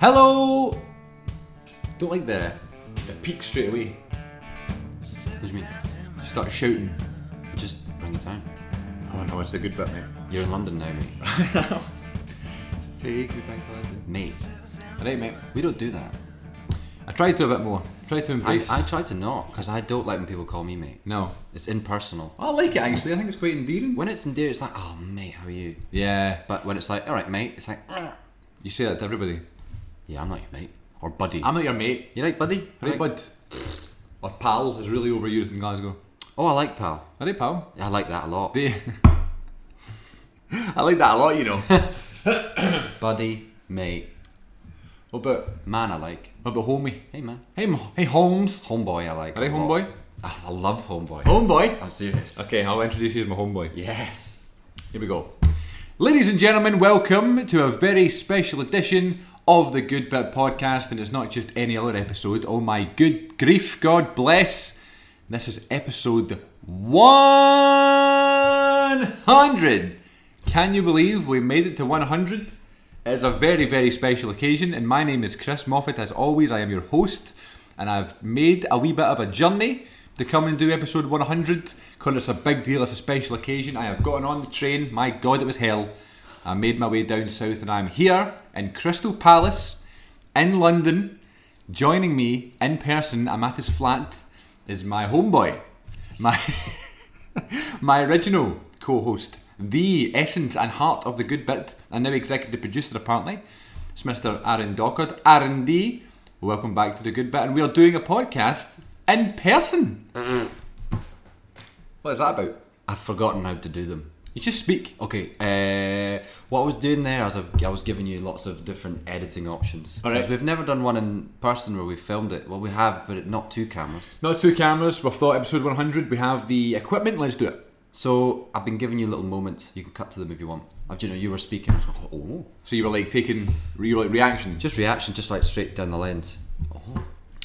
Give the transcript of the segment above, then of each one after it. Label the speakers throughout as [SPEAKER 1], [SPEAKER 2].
[SPEAKER 1] Hello! Don't like the, the peak straight away.
[SPEAKER 2] What do you mean?
[SPEAKER 1] Start shouting.
[SPEAKER 2] Just bring it down.
[SPEAKER 1] Oh no, it's the good bit, mate.
[SPEAKER 2] You're in London now, mate.
[SPEAKER 1] Take me back to London.
[SPEAKER 2] Mate,
[SPEAKER 1] Alright, mate.
[SPEAKER 2] we don't do that.
[SPEAKER 1] I tried to a bit more. Tried to
[SPEAKER 2] I,
[SPEAKER 1] embrace.
[SPEAKER 2] I try to not, because I don't like when people call me mate.
[SPEAKER 1] no. Oh,
[SPEAKER 2] It's impersonal.
[SPEAKER 1] I like it actually. I think it's quite endearing.
[SPEAKER 2] When it's endearing, it's like, oh, mate, how are you?
[SPEAKER 1] Yeah.
[SPEAKER 2] But when it's like, all right, mate, it's like, "Ah."
[SPEAKER 1] You say that to everybody.
[SPEAKER 2] yeah, I'm not your mate. Or buddy.
[SPEAKER 1] I'm not your mate.
[SPEAKER 2] you like buddy? I
[SPEAKER 1] Right,
[SPEAKER 2] like-
[SPEAKER 1] bud. Or pal is really overused in Glasgow.
[SPEAKER 2] Oh, I like pal.
[SPEAKER 1] Alright, pal.
[SPEAKER 2] I like that a lot.
[SPEAKER 1] They- I like that a lot, you know. what
[SPEAKER 2] buddy, mate,
[SPEAKER 1] about
[SPEAKER 2] man, I like.
[SPEAKER 1] what about homie?
[SPEAKER 2] Hey, man.
[SPEAKER 1] Hey, Mo- hey, Holmes.
[SPEAKER 2] Homeboy, I like.
[SPEAKER 1] All right,
[SPEAKER 2] a lot.
[SPEAKER 1] homeboy. Oh.
[SPEAKER 2] Ah, I love homeboy.
[SPEAKER 1] Homeboy.
[SPEAKER 2] I'm serious.
[SPEAKER 1] Okay, I'll introduce you as my homeboy.
[SPEAKER 2] Yes.
[SPEAKER 1] Here we go. Ladies and gentlemen, welcome to a very special edition of the Good Bit Podcast, and it's not just any other episode. Oh my good grief, God bless. This is episode 100. Can you believe we made it to 100? It's a very, very special occasion, and my name is Chris Moffat. As always, I am your host, and I've made a wee bit of a journey to come and do episode 100 because it's a big deal, it's a special occasion. I have gotten on the train, my god, it was hell. I made my way down south, and I'm here in Crystal Palace in London. Joining me in person, I'm at his flat, is my homeboy, my my original co-host, the essence and heart of the good bit, and now executive producer apparently, it's Mr. Aaron Dockard. Aaron D, welcome back to the good bit, and we are doing a podcast in person. what is that about?
[SPEAKER 2] I've forgotten how to do them.
[SPEAKER 1] You just speak.
[SPEAKER 2] Okay. Uh, what I was doing there is I, I was giving you lots of different editing options.
[SPEAKER 1] All right.
[SPEAKER 2] Because We've never done one in person where we filmed it. Well, we have, but not two cameras.
[SPEAKER 1] Not two cameras. We've thought episode 100. We have the equipment. Let's do it.
[SPEAKER 2] So I've been giving you little moments. You can cut to them if you want. I, you know, you were speaking. I was like, oh,
[SPEAKER 1] So you were like taking, you were like reaction.
[SPEAKER 2] just reaction, just like straight down the lens.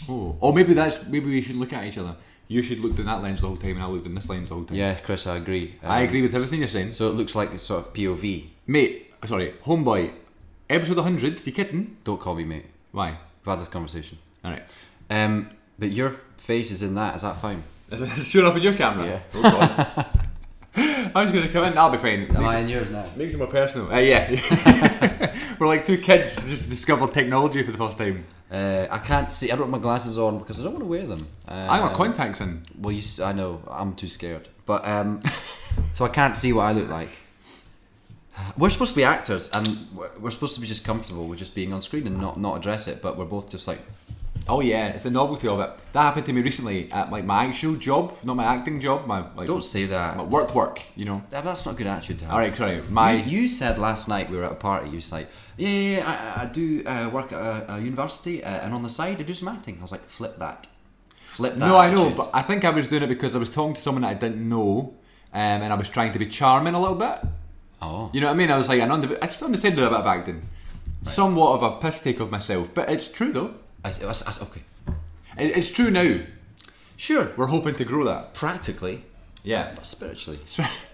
[SPEAKER 1] Oh, or maybe that's maybe we should look at each other. You should look down that lens the whole time, and I looked in this lens the whole time.
[SPEAKER 2] Yeah, Chris, I agree.
[SPEAKER 1] I
[SPEAKER 2] Um,
[SPEAKER 1] agree with everything you're saying.
[SPEAKER 2] So it looks like it's sort of POV.
[SPEAKER 1] Mate, sorry, homeboy, episode 100, you kidding?
[SPEAKER 2] Don't call me mate.
[SPEAKER 1] Why?
[SPEAKER 2] We've had this conversation.
[SPEAKER 1] Alright.
[SPEAKER 2] Um, but your face is in that. Is that fine?
[SPEAKER 1] Is it showing up in your camera?
[SPEAKER 2] Yeah.
[SPEAKER 1] Oh, God. I'm just going to come in, that'll be fine.
[SPEAKER 2] Am
[SPEAKER 1] Makes
[SPEAKER 2] I
[SPEAKER 1] it-
[SPEAKER 2] in yours now?
[SPEAKER 1] Makes it more personal. Uh, yeah. We're like two kids who just discovered technology for the first time.
[SPEAKER 2] Uh, I can't see. I don't have my glasses on because I don't want to wear them. Uh,
[SPEAKER 1] I got contacts in.
[SPEAKER 2] Well, you, s- I know I'm too scared, but um, so I can't see what I look like. We're supposed to be actors, and we're- we're supposed to be just comfortable with just being on screen and not not address it. But we're both just like,
[SPEAKER 1] Oh yeah, it's the novelty of it. That happened to me recently at like my actual job, not my acting job, my like
[SPEAKER 2] don't say that.
[SPEAKER 1] my work work, you know.
[SPEAKER 2] That- That's not good attitude to have.
[SPEAKER 1] Alright, sorry.
[SPEAKER 2] You,
[SPEAKER 1] My
[SPEAKER 2] you said last night we were at a party. You was like, yeah, yeah, yeah I, I do uh, work at a, a university, uh, and on the side I do some acting. I was like, flip that, flip that.
[SPEAKER 1] No, I know,
[SPEAKER 2] attitude.
[SPEAKER 1] but I think I was doing it because I was talking to someone that I didn't know, um, and I was trying to be charming a little bit.
[SPEAKER 2] oh,
[SPEAKER 1] You know what I mean? I was like, an under, I just understood a little bit of acting, somewhat of a piss take of myself, but it's true though.
[SPEAKER 2] I, s- I s- I s- okay,
[SPEAKER 1] It, it's true now.
[SPEAKER 2] sure.
[SPEAKER 1] We're hoping to grow that.
[SPEAKER 2] Practically,
[SPEAKER 1] Yeah.
[SPEAKER 2] but spiritually.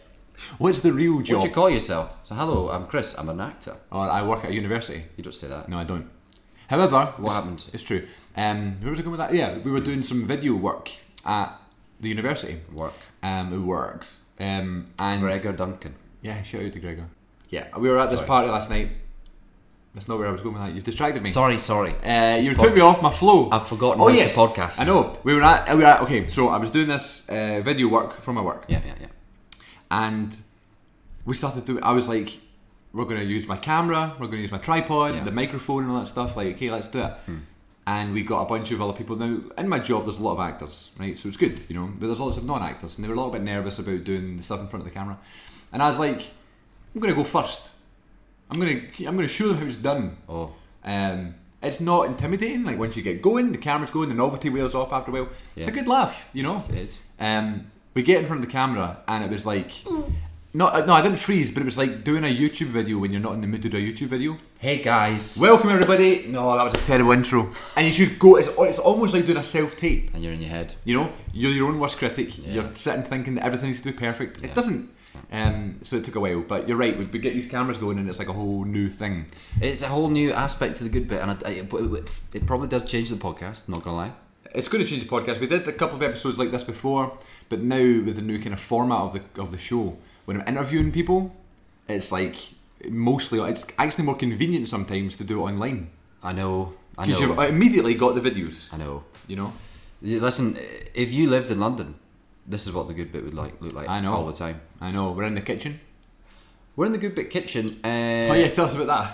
[SPEAKER 1] What's the real job?
[SPEAKER 2] What do you call yourself? So hello, I'm Chris. I'm an actor.
[SPEAKER 1] Or I work at a university.
[SPEAKER 2] You don't say that.
[SPEAKER 1] No, I don't. However,
[SPEAKER 2] What
[SPEAKER 1] it's,
[SPEAKER 2] happened?
[SPEAKER 1] It's true. Um, where was I going with that? Yeah, we were doing some video work at the university.
[SPEAKER 2] Work.
[SPEAKER 1] Um, it works. Um, and
[SPEAKER 2] Gregor Duncan. Oh,
[SPEAKER 1] yeah, shout out to Gregor.
[SPEAKER 2] Yeah.
[SPEAKER 1] We were at this
[SPEAKER 2] Sorry.
[SPEAKER 1] party last night. That's not where I was going with that. You've distracted me.
[SPEAKER 2] Sorry, sorry.
[SPEAKER 1] Uh, you
[SPEAKER 2] It's
[SPEAKER 1] took
[SPEAKER 2] pod-
[SPEAKER 1] me off my flow.
[SPEAKER 2] I've forgotten
[SPEAKER 1] Oh
[SPEAKER 2] how to
[SPEAKER 1] yes,
[SPEAKER 2] podcast.
[SPEAKER 1] I know. We were at. We were at okay, so I was doing this uh, video work for my work,
[SPEAKER 2] Yeah, yeah, yeah.
[SPEAKER 1] and we started doing. I was like, "We're going to use my camera. We're going to use my tripod,
[SPEAKER 2] Yeah. Hmm.
[SPEAKER 1] the microphone, and all that stuff." Like, okay, let's do it. And we got a bunch of other people. Now, in my job, there's a lot of actors, right? So it's good, you know. But there's lots of non-actors, and they were a little bit nervous about doing the stuff in front of the camera. And I was like, "I'm going to go first. I'm going to. I'm going to show them how it's done."
[SPEAKER 2] Oh,
[SPEAKER 1] Um, it's not intimidating. Like once you get going, the camera's going, the novelty wears off after a while. It's a
[SPEAKER 2] Yeah.
[SPEAKER 1] good laugh, you know.
[SPEAKER 2] it is.
[SPEAKER 1] Um, we get in front of the camera, and it was like, uh, no, no, I didn't freeze, but it was like doing a YouTube video when you're not in the mood to do a YouTube video.
[SPEAKER 2] Hey guys.
[SPEAKER 1] Welcome everybody. No, that was a terrible intro. And you should go. It's, it's almost like doing a self tape.
[SPEAKER 2] and you're in your head.
[SPEAKER 1] You know, you're your own worst critic.
[SPEAKER 2] Yeah.
[SPEAKER 1] You're sitting thinking that everything needs to be perfect. It
[SPEAKER 2] Yeah.
[SPEAKER 1] doesn't. Um, so it took a while, but you're right. We we get these cameras going, and it's like a whole new thing.
[SPEAKER 2] It's a whole new aspect to the good bit, and I, I, it, it probably does change the podcast. Not gonna lie.
[SPEAKER 1] It's going to change the podcast. We did a couple of episodes like this before, but now with the new kind of format of the of the show, when I'm interviewing people, it's like mostly it's actually more convenient sometimes to do it online
[SPEAKER 2] I know. I
[SPEAKER 1] because you've
[SPEAKER 2] know.
[SPEAKER 1] immediately got the videos.
[SPEAKER 2] I know.
[SPEAKER 1] You know,
[SPEAKER 2] Yeah, Listen, if you lived in London, this is what the good bit would like look like.
[SPEAKER 1] I know.
[SPEAKER 2] all the time.
[SPEAKER 1] I know. We're in the kitchen.
[SPEAKER 2] We're in the good bit kitchen. Uh,
[SPEAKER 1] Oh yeah, tell us about that.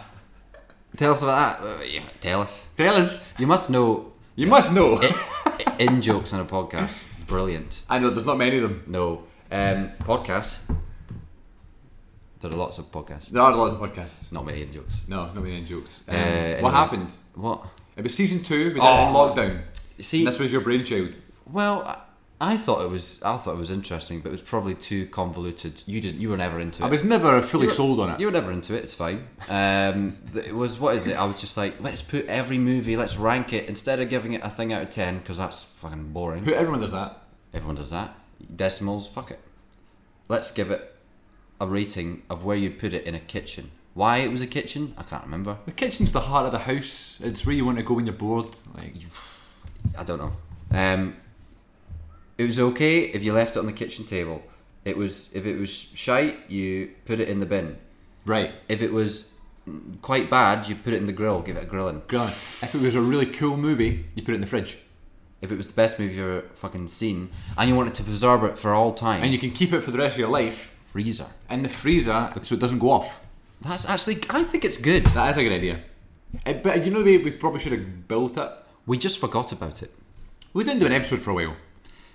[SPEAKER 2] Tell us about that. Uh, yeah, tell us.
[SPEAKER 1] Tell us.
[SPEAKER 2] You must know
[SPEAKER 1] You must know.
[SPEAKER 2] Eh. in jokes on a podcast. Brilliant.
[SPEAKER 1] I know there's not many of them.
[SPEAKER 2] No um, podcasts. There are lots of podcasts.
[SPEAKER 1] There are lots of podcasts.
[SPEAKER 2] Not many in jokes.
[SPEAKER 1] No, not many in jokes. Um,
[SPEAKER 2] Uh, anyway.
[SPEAKER 1] What happened?
[SPEAKER 2] What?
[SPEAKER 1] It was season two. We did
[SPEAKER 2] Oh.
[SPEAKER 1] it in lockdown.
[SPEAKER 2] See,
[SPEAKER 1] this was your brainchild.
[SPEAKER 2] well, I, I thought it was. I thought it was interesting, but it was probably too convoluted. You didn't. You were never into it.
[SPEAKER 1] I was never fully
[SPEAKER 2] You were-
[SPEAKER 1] sold on it.
[SPEAKER 2] You were never into it. It's fine. Um, th- it was what is it? I was just like, let's put every movie, let's rank it instead of giving it a thing out of ten because that's fucking boring.
[SPEAKER 1] Who everyone does that.
[SPEAKER 2] Everyone does that. Decimals, fuck it. Let's give it a rating of where you'd put it in a kitchen. Why it was a kitchen, I can't remember.
[SPEAKER 1] The kitchen's the heart of the house. It's where you want to go when you're bored. Like
[SPEAKER 2] I don't know. Um, it was okay if you left it on the kitchen table. It was if it was shite, you put it in the bin.
[SPEAKER 1] right.
[SPEAKER 2] If it was mm, quite bad, you put it in the grill, give it a grilling.
[SPEAKER 1] God, if it was a really cool movie, you put it in the fridge,
[SPEAKER 2] if it was the best movie you've ever fucking seen, and you wanted to preserve it for all time,
[SPEAKER 1] and you can keep it for the rest of your life
[SPEAKER 2] freezer.
[SPEAKER 1] in the freezer, so it doesn't go off.
[SPEAKER 2] That's actually, I think it's good.
[SPEAKER 1] That is a good idea. Uh, but you know the way we probably should have built it.
[SPEAKER 2] We just forgot about it,
[SPEAKER 1] We didn't do an episode for a while,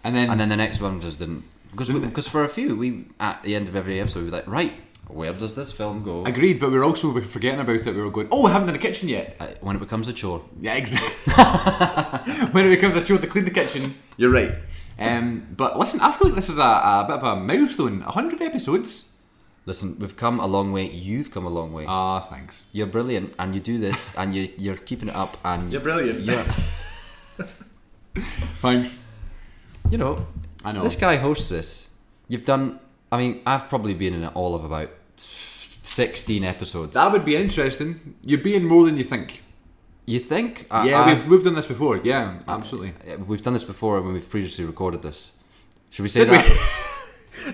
[SPEAKER 1] and then
[SPEAKER 2] and then the next one just didn't. Because because for a few, we at the end of every episode, we were like, right, where does this film go?
[SPEAKER 1] agreed. But we were also forgetting about it. We were going, oh, we haven't done the kitchen yet.
[SPEAKER 2] Uh, when it becomes a chore,
[SPEAKER 1] Yeah, exactly. when it becomes a chore to clean the kitchen, you're right. Um, but listen, I feel like this is a, a bit of a milestone. hundred episodes.
[SPEAKER 2] listen, we've come a long way. You've come a long way.
[SPEAKER 1] Ah, thanks.
[SPEAKER 2] you're brilliant, and you do this, and you you're keeping it up, and
[SPEAKER 1] brilliant.
[SPEAKER 2] you're-
[SPEAKER 1] Thanks.
[SPEAKER 2] you know,
[SPEAKER 1] I know.
[SPEAKER 2] This guy hosts this. You've done. I mean, I've probably been in it all of about sixteen episodes.
[SPEAKER 1] That would be interesting. You're being more than you think.
[SPEAKER 2] you think? I-
[SPEAKER 1] yeah,
[SPEAKER 2] I've-
[SPEAKER 1] we've, we've done this before. Yeah, absolutely.
[SPEAKER 2] Yeah, We've done this before when we've previously recorded this. Should we say that?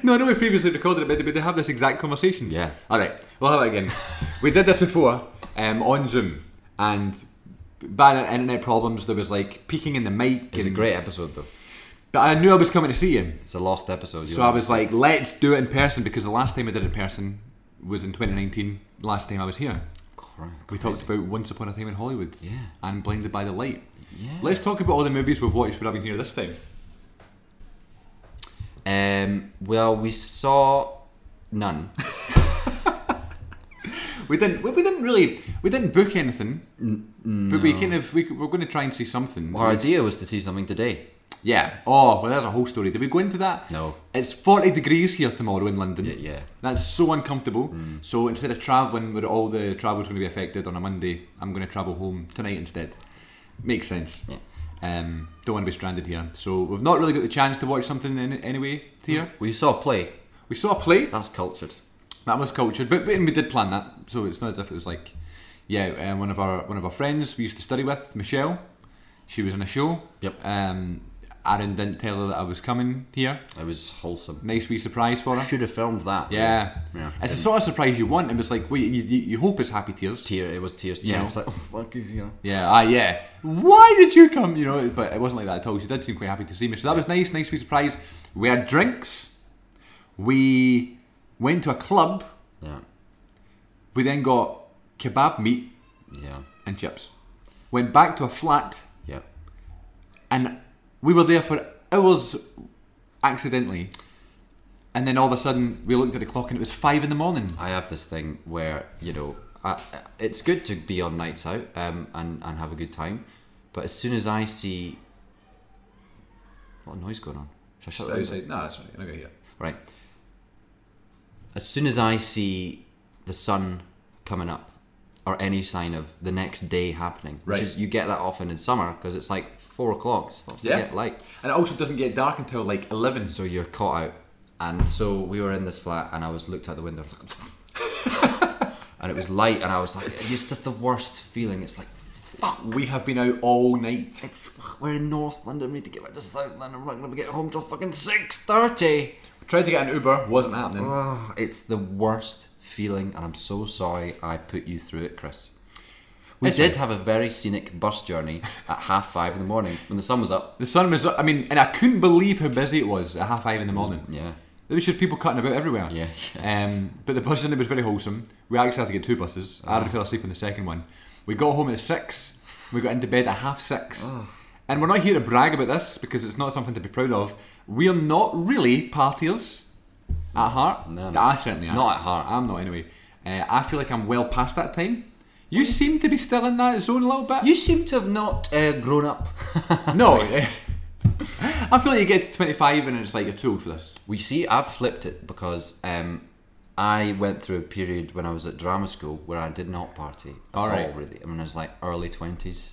[SPEAKER 1] No, I know we previously recorded it, but did they have this exact conversation?
[SPEAKER 2] Yeah.
[SPEAKER 1] All right, we'll have it again. we did this before um, on Zoom, and by the internet problems, there was like peaking in the mic.
[SPEAKER 2] It's a
[SPEAKER 1] and-
[SPEAKER 2] great episode, though.
[SPEAKER 1] But I knew I was coming to see you,
[SPEAKER 2] It's a lost episode. you
[SPEAKER 1] so
[SPEAKER 2] know.
[SPEAKER 1] I was like, let's do it in person because the last time I did it in person was in 2019. Last time I was here,
[SPEAKER 2] Cra-
[SPEAKER 1] we talked about Once Upon a Time in Hollywood
[SPEAKER 2] Yeah.
[SPEAKER 1] and Blinded by the Light.
[SPEAKER 2] Yeah.
[SPEAKER 1] Let's talk about all the movies we've watched when I've been here this time.
[SPEAKER 2] Um. Well, we saw none.
[SPEAKER 1] We didn't. We, we didn't really. We didn't book anything, but we kind of. We, c- we're going to try and see something.
[SPEAKER 2] Our idea was to see something today.
[SPEAKER 1] yeah. Oh well, there's a whole story. Did we go into that?
[SPEAKER 2] No.
[SPEAKER 1] It's 40 degrees here tomorrow in London.
[SPEAKER 2] Yeah. Mm. yeah.
[SPEAKER 1] That's so uncomfortable. So instead of travelling where all the travel's going to be affected on a Monday, I'm going to travel home tonight instead. Makes sense.
[SPEAKER 2] Yeah.
[SPEAKER 1] Um, don't want to be stranded here. So we've not really got the chance to watch something in, anyway here.
[SPEAKER 2] We saw a play.
[SPEAKER 1] We saw a play.
[SPEAKER 2] That's cultured.
[SPEAKER 1] That was cultured, but, but we did plan that, so it's not as if it was like, yeah, um, one of our one of our friends we used to study with, Michelle, she was on a show.
[SPEAKER 2] Yep.
[SPEAKER 1] Um, Aaron didn't tell her that I was coming here.
[SPEAKER 2] It was wholesome.
[SPEAKER 1] Nice wee surprise for her.
[SPEAKER 2] Should have filmed that.
[SPEAKER 1] Yeah.
[SPEAKER 2] Yeah.
[SPEAKER 1] It's the sort of surprise you want. It was like, wait, you, you, you hope it's happy tears.
[SPEAKER 2] Tear. It was tears.
[SPEAKER 1] You
[SPEAKER 2] Yeah.
[SPEAKER 1] know.
[SPEAKER 2] It's like oh fuck is you know.
[SPEAKER 1] Yeah. Ah, yeah. Why did you come? You know, but it wasn't like that at all. She did seem quite happy to see me, so that was nice. Nice wee surprise. We had drinks. We went to a club.
[SPEAKER 2] Yeah.
[SPEAKER 1] We then got kebab meat.
[SPEAKER 2] Yeah.
[SPEAKER 1] and chips. Went back to a flat,
[SPEAKER 2] Yeah.
[SPEAKER 1] and we were there for hours accidentally. And then all of a sudden, we looked at the clock, and it was five in the morning.
[SPEAKER 2] I have this thing where you know I, it's good to be on nights out um, and and have a good time, but as soon as I see what noise going on, should I shut the window?
[SPEAKER 1] no, that's right. I'm not here.
[SPEAKER 2] Right. As soon as I see the sun coming up, or any sign of the next day happening,
[SPEAKER 1] Right.
[SPEAKER 2] which is you get that often in summer because it's like four o'clock starts
[SPEAKER 1] Yeah.
[SPEAKER 2] to get light,
[SPEAKER 1] And it also doesn't get dark until like eleven.
[SPEAKER 2] so you're caught out. And so we were in this flat, and I was looked out the window, I was like, and it was light, and I was like, it's just the worst feeling. It's like, fuck.
[SPEAKER 1] We have been out all night.
[SPEAKER 2] It's we're in North London. We need to get back to South London. We're not gonna get home till fucking six thirty.
[SPEAKER 1] Tried to get an Uber, wasn't happening.
[SPEAKER 2] Ugh, it's the worst feeling, and I'm so sorry I put you through it, Chris. We did have a very scenic bus journey at half five in the morning when the sun was up.
[SPEAKER 1] The sun was, I mean, and I couldn't believe how busy it was at half five in the morning.
[SPEAKER 2] Yeah,
[SPEAKER 1] There was just people cutting about everywhere.
[SPEAKER 2] Yeah,
[SPEAKER 1] Um, but the bus journey was very wholesome. We actually had to get two buses. I
[SPEAKER 2] Ah.
[SPEAKER 1] already fell asleep in the second one. We got home at six. We got into bed at half six.
[SPEAKER 2] Ah.
[SPEAKER 1] And we're not here to brag about this because it's not something to be proud of. We're not really partiers at heart.
[SPEAKER 2] No, no.
[SPEAKER 1] I certainly am.
[SPEAKER 2] Not at heart.
[SPEAKER 1] I'm not anyway. Uh, I feel like I'm well past that time. You seem to be still in that zone a little bit.
[SPEAKER 2] you seem to have not uh, grown up.
[SPEAKER 1] No. I feel like you get to 25 and it's like you're too old for this.
[SPEAKER 2] We see, I've flipped it because um, I went through a period when I was at drama school where I did not party at all,
[SPEAKER 1] All right.
[SPEAKER 2] really. I mean, I was like early 20s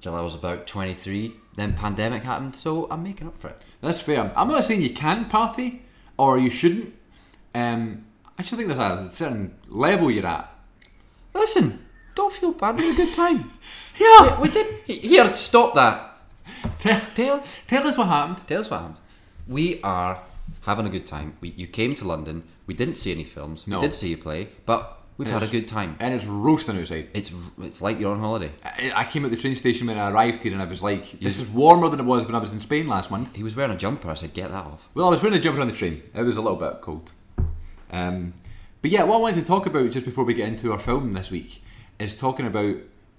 [SPEAKER 2] till I was about 23. Then pandemic happened, so I'm making up for it.
[SPEAKER 1] That's fair. I'm not saying you can party or you shouldn't. Um, I just think there's a certain level you're at.
[SPEAKER 2] Listen, don't feel bad. We had a good time.
[SPEAKER 1] Yeah.
[SPEAKER 2] we did. Here, stop that.
[SPEAKER 1] Tell,
[SPEAKER 2] Tell,
[SPEAKER 1] tell us what happened.
[SPEAKER 2] tell us what happened. We are having a good time. We, you came to London. We didn't see any films.
[SPEAKER 1] No.
[SPEAKER 2] We did see you play, but we've had a
[SPEAKER 1] Yes.
[SPEAKER 2] good time.
[SPEAKER 1] And it's roasting outside.
[SPEAKER 2] It's it's like you're on holiday.
[SPEAKER 1] I, I came at the train station when I arrived here and I was like, this is warmer than it was when I was in Spain last month.
[SPEAKER 2] He was wearing a jumper. I said, "Get that off."
[SPEAKER 1] Well, I was wearing a jumper on the train. It was a little bit cold. Um, but yeah, what I wanted to talk about just before we get into our film this week is talking about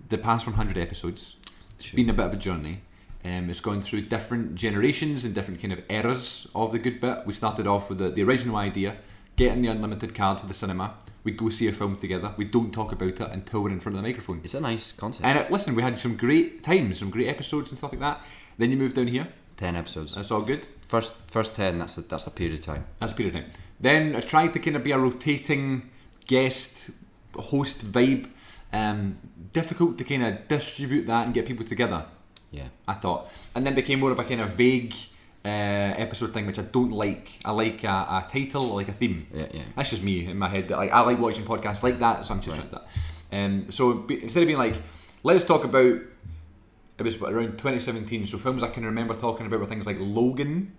[SPEAKER 1] the past 100 episodes. It's been a bit of a journey. Um, it's gone through different generations and different kind of eras of the good bit. We started off with the, the original idea, getting the unlimited card for the cinema. We go see a film together. We don't talk about it until we're in front of the microphone.
[SPEAKER 2] It's a nice concept.
[SPEAKER 1] And uh, listen, we had some great times, some great episodes and stuff like that. Then you moved down here.
[SPEAKER 2] ten episodes.
[SPEAKER 1] That's all good.
[SPEAKER 2] First, first ten. That's a, that's a period of time.
[SPEAKER 1] That's period time. Then I tried to kind of be a rotating guest host vibe. Um, difficult to kind of distribute that and get people together.
[SPEAKER 2] Yeah.
[SPEAKER 1] I thought, and then became more of a kind of vague uh, episode thing, which I don't like. I like a, a title, I like a theme.
[SPEAKER 2] Yeah, yeah.
[SPEAKER 1] That's just me in my head. That like I like watching podcasts like that, so I'm just trying that. Um, so be, instead of being like, let's talk about. It was around 2017, so films I can remember talking about were things like Logan,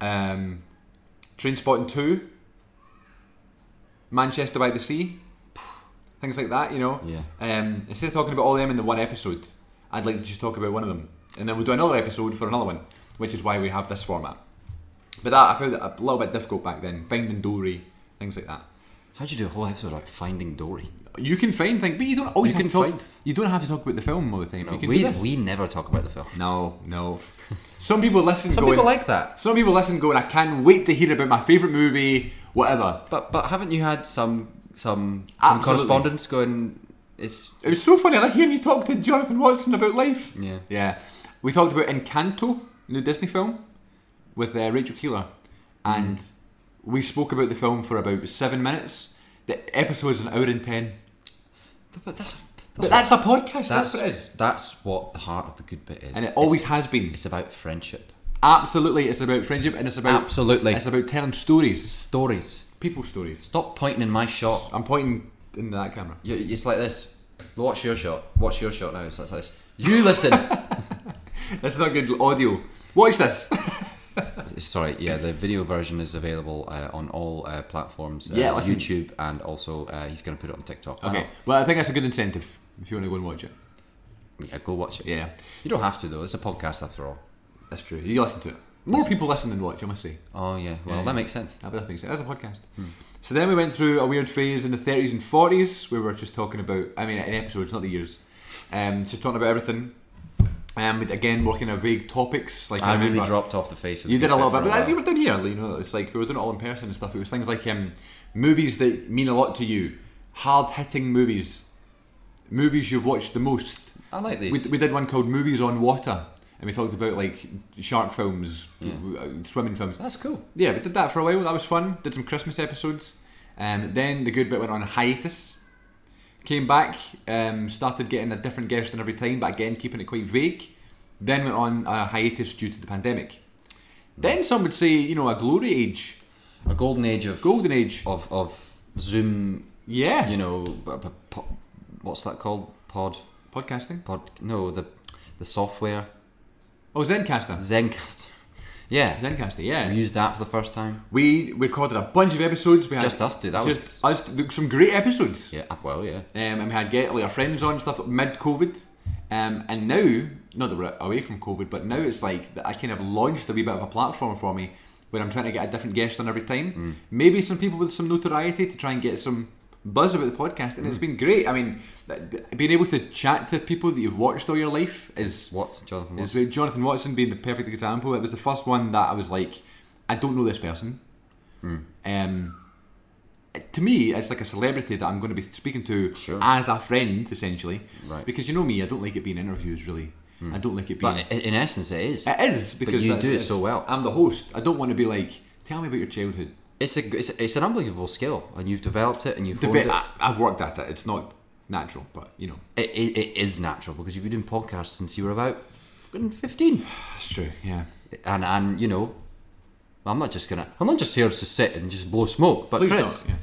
[SPEAKER 1] um, Trainspotting 2, Manchester by the Sea, things like that, you know.
[SPEAKER 2] Yeah.
[SPEAKER 1] Um, instead of talking about all of them in the one episode, I'd like to just talk about one of them. And then we'll do another episode for another one, which is why we have this format. But that, I found it a little bit difficult back then, finding Dory, things like that.
[SPEAKER 2] How'd you do a whole episode about finding Dory?
[SPEAKER 1] You can find things, but you don't always
[SPEAKER 2] You
[SPEAKER 1] have
[SPEAKER 2] can
[SPEAKER 1] to talk,
[SPEAKER 2] find.
[SPEAKER 1] You don't have to talk about the film all the time. you can do
[SPEAKER 2] we
[SPEAKER 1] this.
[SPEAKER 2] we never talk about the film.
[SPEAKER 1] no, no. Some people listen
[SPEAKER 2] Some
[SPEAKER 1] going,
[SPEAKER 2] people like that.
[SPEAKER 1] some people listen going, I can't wait to hear about my favourite movie, whatever.
[SPEAKER 2] But but haven't you had some some, some
[SPEAKER 1] Absolutely.
[SPEAKER 2] correspondence going? It's
[SPEAKER 1] It was so funny. I like hearing you talk to Jonathan Watson about life.
[SPEAKER 2] yeah.
[SPEAKER 1] Yeah, we talked about Encanto, new Disney film, with uh, Rachel Keeler, and we spoke about the film for about seven minutes. The episode's an hour and ten.
[SPEAKER 2] But that,
[SPEAKER 1] But that's a podcast. That's,
[SPEAKER 2] that's
[SPEAKER 1] what it is,
[SPEAKER 2] that's what the heart of the good bit is,
[SPEAKER 1] and it always has been.
[SPEAKER 2] it's, it's about friendship.
[SPEAKER 1] Absolutely, it's about friendship, and it's about
[SPEAKER 2] Absolutely,
[SPEAKER 1] it's about telling stories,
[SPEAKER 2] stories.
[SPEAKER 1] people's stories.
[SPEAKER 2] Stop pointing in my shot.
[SPEAKER 1] I'm pointing in that camera.
[SPEAKER 2] You- It's like this. What's your shot? What's your shot now? It's like this. You listen.
[SPEAKER 1] That's not good audio. Watch this.
[SPEAKER 2] Sorry, yeah, the video version is available uh, on all uh, platforms. Uh,
[SPEAKER 1] Yeah, listen.
[SPEAKER 2] YouTube and also uh, he's going to put it on TikTok. now.
[SPEAKER 1] Okay, well I think that's a good incentive if you want to go and watch it.
[SPEAKER 2] Uh, Yeah, go watch it.
[SPEAKER 1] Yeah,
[SPEAKER 2] You don't have to though. It's a podcast after all.
[SPEAKER 1] that's true. You listen to it. More people listen than watch. I must say.
[SPEAKER 2] Oh yeah.
[SPEAKER 1] Yeah,
[SPEAKER 2] Well,
[SPEAKER 1] yeah.
[SPEAKER 2] that makes sense.
[SPEAKER 1] Ah, but that makes sense. That's a podcast.
[SPEAKER 2] Hmm.
[SPEAKER 1] So then we went through a weird phase in the 30s and 40s where we were just talking about, I mean, in episodes, not the years, um, just talking about everything. Um, but again, working on vague topics. Like
[SPEAKER 2] I really
[SPEAKER 1] remember-
[SPEAKER 2] dropped off the face. Of
[SPEAKER 1] You
[SPEAKER 2] the
[SPEAKER 1] did a
[SPEAKER 2] deep
[SPEAKER 1] little
[SPEAKER 2] end
[SPEAKER 1] bit,
[SPEAKER 2] for
[SPEAKER 1] but I- you
[SPEAKER 2] while.
[SPEAKER 1] were down here. You know, it's like we were doing it all in person and stuff. It was things like um, movies that mean a lot to you, hard hitting movies, movies you've watched the most.
[SPEAKER 2] I like these.
[SPEAKER 1] We, we did one called Movies on Water, and we talked about like shark films, uh, swimming films.
[SPEAKER 2] That's cool.
[SPEAKER 1] Yeah, we did that for a while. That was fun. Did some Christmas episodes. Um, then the good bit went on hiatus. Came back, um, started getting a different guest in every time, but again keeping it quite vague. Then went on a hiatus due to the pandemic. Then some would say, you know, a glory age,
[SPEAKER 2] A golden age of
[SPEAKER 1] golden age.
[SPEAKER 2] of of Zoom.
[SPEAKER 1] Yeah,
[SPEAKER 2] You know, b- b- po- what's that called? Pod
[SPEAKER 1] podcasting.
[SPEAKER 2] pod. No, the the software
[SPEAKER 1] Oh, Zencaster.
[SPEAKER 2] Zencast. Yeah,
[SPEAKER 1] Zencaster. Yeah.
[SPEAKER 2] we used that for the first time.
[SPEAKER 1] We recorded a bunch of episodes. We had
[SPEAKER 2] Just us two. That was
[SPEAKER 1] just us, look, some great episodes.
[SPEAKER 2] yeah. uh, Well, yeah.
[SPEAKER 1] Um, and we had get all our friends on and stuff mid COVID. Um, and now, not that we're away from COVID, but now it's like that I kind of launched a wee bit of a platform for me where I'm trying to get a different guest on every time. Maybe some people with some notoriety to try and get some buzz about the podcast. And it's been great. I mean, th- th- being able to chat to people that you've watched all your life is
[SPEAKER 2] What's Jonathan?
[SPEAKER 1] is
[SPEAKER 2] Watson?
[SPEAKER 1] with Jonathan Watson being the perfect example. It was the first one that I was like, I don't know this person.
[SPEAKER 2] Hmm.
[SPEAKER 1] Um, to me, it's like a celebrity that I'm going to be speaking to
[SPEAKER 2] Sure.
[SPEAKER 1] as a friend, essentially.
[SPEAKER 2] Right. Hmm.
[SPEAKER 1] Because you know me, I don't like it being interviews. Really, I don't like it Eh. being.
[SPEAKER 2] But i- in essence, it is.
[SPEAKER 1] it is because
[SPEAKER 2] you
[SPEAKER 1] I-
[SPEAKER 2] do it
[SPEAKER 1] it's-
[SPEAKER 2] so well.
[SPEAKER 1] I'm the host. I don't want to be like, tell me about your childhood.
[SPEAKER 2] It's a it's, it's an unbelievable skill, and you've developed it, and you've honed
[SPEAKER 1] Deve- I, I've worked at it. It's not natural, but you know,
[SPEAKER 2] it. It, it. it is natural because you've been doing podcasts since you were about fucking fifteen,
[SPEAKER 1] that's true. Yeah.
[SPEAKER 2] and and you know, I'm not just gonna. I'm not just here to sit and just blow smoke. But
[SPEAKER 1] Please
[SPEAKER 2] Chris,
[SPEAKER 1] don't. Yeah.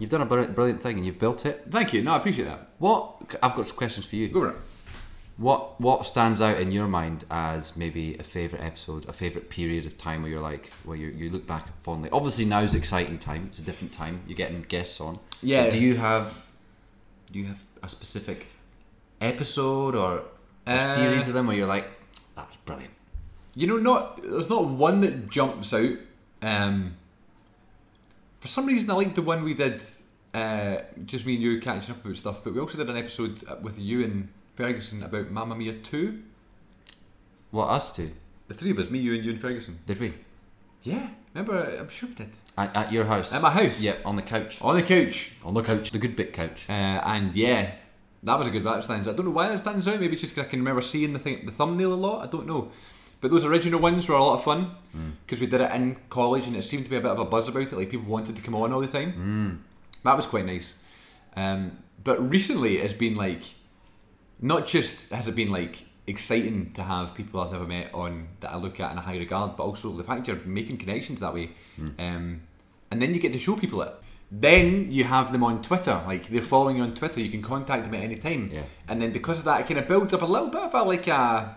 [SPEAKER 2] you've done a brilliant, brilliant thing, and you've built it.
[SPEAKER 1] Thank you. No, I appreciate that.
[SPEAKER 2] What I've got some questions for you.
[SPEAKER 1] Go for it.
[SPEAKER 2] What what stands out in your mind as maybe a favorite episode, a favorite period of time where you're like, where you, you look back fondly? Obviously, now's an exciting time. It's a different time. You're getting guests on.
[SPEAKER 1] Yeah.
[SPEAKER 2] But do you have do you have a specific episode or a
[SPEAKER 1] Uh,
[SPEAKER 2] series of them where you're like, that was brilliant?
[SPEAKER 1] You know, not there's not one that jumps out. Um, for some reason, I liked the one we did, uh, just me and you catching up about stuff. But we also did an episode uh, with you and Ferguson about Mamma Mia Two.
[SPEAKER 2] What us two
[SPEAKER 1] The three of us, me, you, and you and Ferguson.
[SPEAKER 2] did we
[SPEAKER 1] Yeah, remember? I'm sure we did
[SPEAKER 2] at, at your house?
[SPEAKER 1] at my house.
[SPEAKER 2] yeah, on the couch.
[SPEAKER 1] on the couch.
[SPEAKER 2] On the couch, the good bit couch.
[SPEAKER 1] Uh, and yeah, that was a good that stands. out. I don't know why that stands out. Maybe it's just 'cause I can remember seeing the thing, the thumbnail a lot. I don't know. But those original ones were a lot of fun because we did it in college and it seemed to be a bit of a buzz about it. Like people wanted to come on all the time. Mm. That was quite nice. Um, but recently, it's been like, not just has it been like exciting to have people I've never met on that I look at in a high regard, but also the fact you're making connections that way. Um, and then you get to show people it. Then you have them on Twitter, like they're following you on Twitter. You can contact them at any time,
[SPEAKER 2] Yeah.
[SPEAKER 1] and then because of that, it kind of builds up a little bit of a like a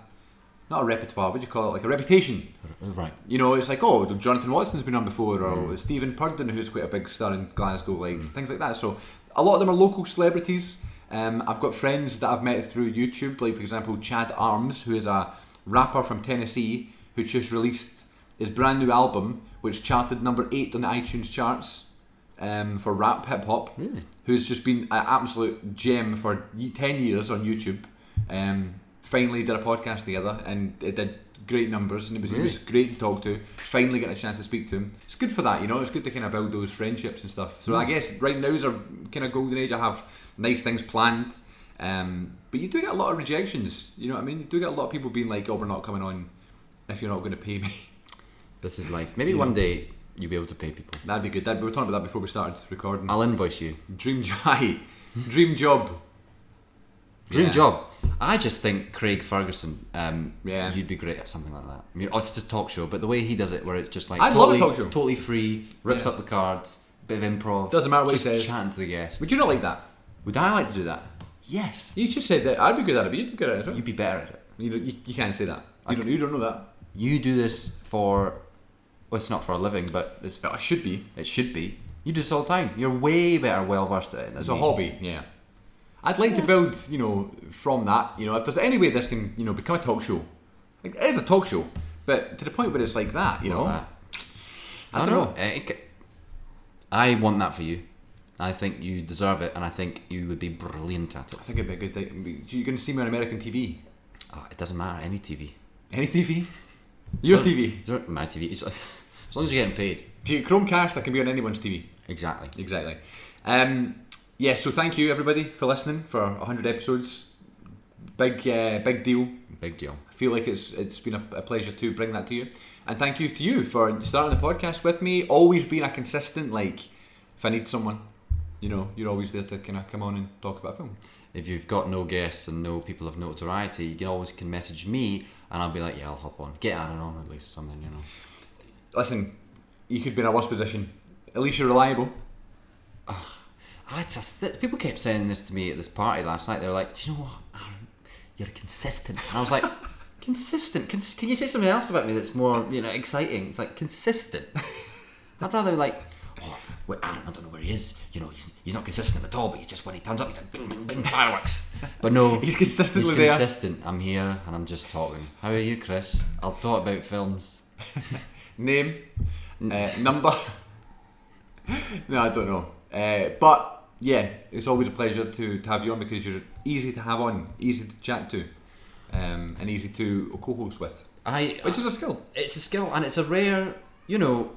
[SPEAKER 1] not a repertoire, what do you call it? Like a reputation.
[SPEAKER 2] Right.
[SPEAKER 1] You know, it's like, oh, Jonathan Watson's been on before, or Stephen Purden, who's quite a big star in Glasgow, like things like that. So a lot of them are local celebrities. Um, I've got friends that I've met through YouTube, like for example, Chad Arms, who is a rapper from Tennessee, who just released his brand new album, which charted number eight on the iTunes charts um, for rap hip hop. Who's just been an absolute gem for ye- ten years on YouTube. Um, finally did a podcast together, and it did great numbers, and it was, it was great to talk to. Finally getting a chance to speak to him. It's good for that, you know. It's good to kind of build those friendships and stuff. So I guess right now is a kind of golden age. I have nice things planned. Um, but you do get a lot of rejections, you know what I mean? You do get a lot of people being like, oh, we're not coming on if you're not going to pay me.
[SPEAKER 2] This is life. Maybe one day you'll be able to pay people.
[SPEAKER 1] That'd be good. That, we were talking about that before we started recording.
[SPEAKER 2] I'll invoice you.
[SPEAKER 1] Dream job. Dream job.
[SPEAKER 2] Dream
[SPEAKER 1] Yeah.
[SPEAKER 2] job. I just think Craig Ferguson, um,
[SPEAKER 1] Yeah.
[SPEAKER 2] you'd be great at something like that. I mean, oh, it's just a talk show, but the way he does it, where it's just like
[SPEAKER 1] I'd love a
[SPEAKER 2] totally,
[SPEAKER 1] talk show.
[SPEAKER 2] totally free, rips
[SPEAKER 1] Yeah.
[SPEAKER 2] up the cards, bit of improv.
[SPEAKER 1] Doesn't matter what he
[SPEAKER 2] just
[SPEAKER 1] says.
[SPEAKER 2] chatting to the guest. Would,
[SPEAKER 1] Would you not like that?
[SPEAKER 2] I like to do that? Yes.
[SPEAKER 1] You just said that. I'd be good at it, but you'd be good at it.
[SPEAKER 2] You'd be better at it.
[SPEAKER 1] You, don't- you, you can't say that. You don't, you don't know that.
[SPEAKER 2] You do this for, well, it's not for a living, but it's
[SPEAKER 1] But I should be.
[SPEAKER 2] it should be. You do this all the time. You're way better, well versed at it.
[SPEAKER 1] It's a hobby, yeah. I'd like to build, you know, from that, you know, if there's any way this can, you know, become a talk show. Like, it is a talk show, but to the point where it's like that, you know.
[SPEAKER 2] I
[SPEAKER 1] I
[SPEAKER 2] don't
[SPEAKER 1] dunno.
[SPEAKER 2] know. It- it- I want that for you. I think you deserve it, and I think you would be brilliant at it.
[SPEAKER 1] I think it'd be a good thing. You're going to see me on American TV.
[SPEAKER 2] Ah, it doesn't matter. Any TV,
[SPEAKER 1] Any TV? Your TV.
[SPEAKER 2] It's not my TV. It's, as long as you're getting paid.
[SPEAKER 1] If you Chromecast, I can be on anyone's TV.
[SPEAKER 2] Exactly.
[SPEAKER 1] Exactly. Um, yeah, so thank you everybody for listening for 100 episodes. Big, uh, big deal.
[SPEAKER 2] Big deal.
[SPEAKER 1] I feel like it's it's been a, a pleasure to bring that to you, and thank you to you for starting the podcast with me. Always being a consistent like, if I need someone, you know, you're always there to kind of come on and talk about film.
[SPEAKER 2] if you've got no guests and no people of notoriety, you can always can message me, and I'll be like, yeah, I'll hop on. Get Aaron on at least something, you know.
[SPEAKER 1] Listen, you could be in a worse position. At least you're reliable.
[SPEAKER 2] I just th- people kept saying this to me at this party last night. They were like, "Do you know what, Aaron? You're consistent." And I was like, "Consistent? Cons- can you say something else about me that's more, you know, exciting?" It's like consistent. I'd rather be like, "Oh, wait, Aaron, I don't know where he is. You know, he's, he's not consistent at all. But he's just when he turns up, he's like bing, bing, bing, fireworks." But no,
[SPEAKER 1] He's consistently
[SPEAKER 2] he's
[SPEAKER 1] there.
[SPEAKER 2] consistent. I'm here and I'm just talking. How are you, Chris? I'll talk about films.
[SPEAKER 1] Name, uh, number. no, I don't know. Uh, but yeah, it's always a pleasure to, to have you on because you're easy to have on, easy to chat to, um, and easy to co-host with,
[SPEAKER 2] I
[SPEAKER 1] which is a skill.
[SPEAKER 2] it's a skill and it's a rare you know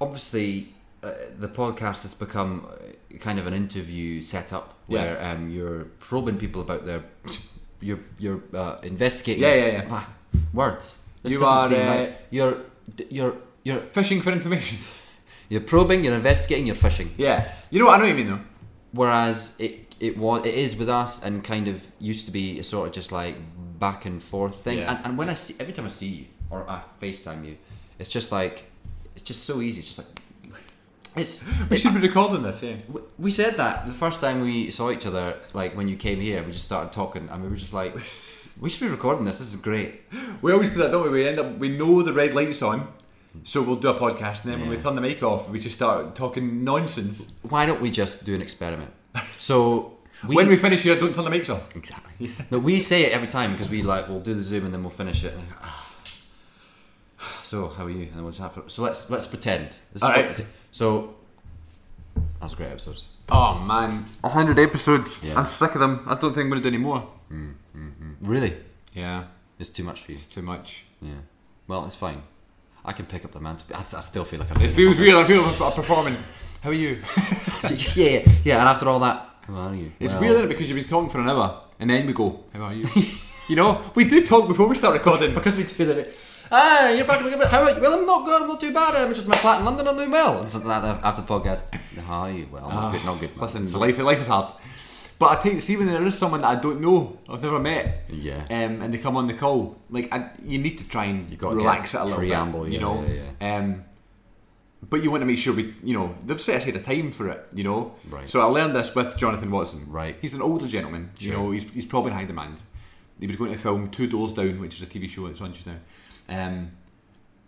[SPEAKER 2] obviously uh, the podcast has become uh, kind of an interview setup
[SPEAKER 1] Yeah.
[SPEAKER 2] where um, you're probing people about their you're you're uh, investigating
[SPEAKER 1] Yeah, yeah, yeah.
[SPEAKER 2] Bah, words this
[SPEAKER 1] You
[SPEAKER 2] doesn't
[SPEAKER 1] are,
[SPEAKER 2] seem
[SPEAKER 1] uh,
[SPEAKER 2] right. you're d- you're you're
[SPEAKER 1] Fishing for information.
[SPEAKER 2] you're probing you're investigating you're fishing
[SPEAKER 1] Yeah, you know what I know. What you mean though.
[SPEAKER 2] whereas it it was it is with us and kind of used to be a sort of just like back and forth thing
[SPEAKER 1] Yeah.
[SPEAKER 2] and, and when i see every time i see you or i facetime you it's just like it's just so easy it's just like it's
[SPEAKER 1] We
[SPEAKER 2] it-
[SPEAKER 1] should be recording this. Yeah.
[SPEAKER 2] w- we said that the first time we saw each other like when you came here we just started talking and we were just like we should be recording this this is great
[SPEAKER 1] We always do that, don't we? We end up we know the red light's on, so we'll do a podcast, and then when we
[SPEAKER 2] Yeah.
[SPEAKER 1] turn the mic off, we just start talking nonsense.
[SPEAKER 2] why don't we just do an experiment so we,
[SPEAKER 1] when we finish here, don't turn the mics off.
[SPEAKER 2] Exactly. No, we say it every time because we like we'll do the zoom and then we'll finish it. And, ah. so how are you? And then we'll just have so let's let's pretend. This is
[SPEAKER 1] All
[SPEAKER 2] what-
[SPEAKER 1] right.
[SPEAKER 2] So that's a great episode.
[SPEAKER 1] Oh man, hundred episodes.
[SPEAKER 2] Yeah.
[SPEAKER 1] I'm sick of them. I don't think I'm gonna do any more. Mm.
[SPEAKER 2] Really,
[SPEAKER 1] Yeah,
[SPEAKER 2] it's too much for you.
[SPEAKER 1] it's too much.
[SPEAKER 2] Yeah. Well, it's fine. I can pick up the mantle. I, I still feel like I'm.
[SPEAKER 1] It feels weird. I feel I'm performing. How are you?
[SPEAKER 2] yeah, yeah, yeah. And after all that, who are you?
[SPEAKER 1] It's
[SPEAKER 2] Well,
[SPEAKER 1] weird isn't it because you've been talking for an hour and then we go. How are you? you know, we do talk before we start recording.
[SPEAKER 2] because we do that. Ah, you're back. Look at How are you? Well, I'm not good. I'm not too bad. I'm just my flat in London. I'm doing well. And so that after the podcast, how are you? Well, not good. Not good. man.
[SPEAKER 1] Ah, Listen, life life is hard. But I think see when there is someone that I don't know, I've never met,
[SPEAKER 2] Yeah.
[SPEAKER 1] um, and they come on the call, like I, you need to try and you
[SPEAKER 2] gotta
[SPEAKER 1] relax it
[SPEAKER 2] get
[SPEAKER 1] a little
[SPEAKER 2] preamble,
[SPEAKER 1] bit, you
[SPEAKER 2] yeah,
[SPEAKER 1] know.
[SPEAKER 2] yeah,
[SPEAKER 1] Um, but you want to make sure we, you know, they've set aside a time for it, you know.
[SPEAKER 2] Right.
[SPEAKER 1] So I learned this with Jonathan Watson.
[SPEAKER 2] Right.
[SPEAKER 1] He's an older gentleman, you
[SPEAKER 2] Sure.
[SPEAKER 1] know. He's he's probably in high demand. He was going to film Two Doors Down, which is a TV show that's on just now. Um,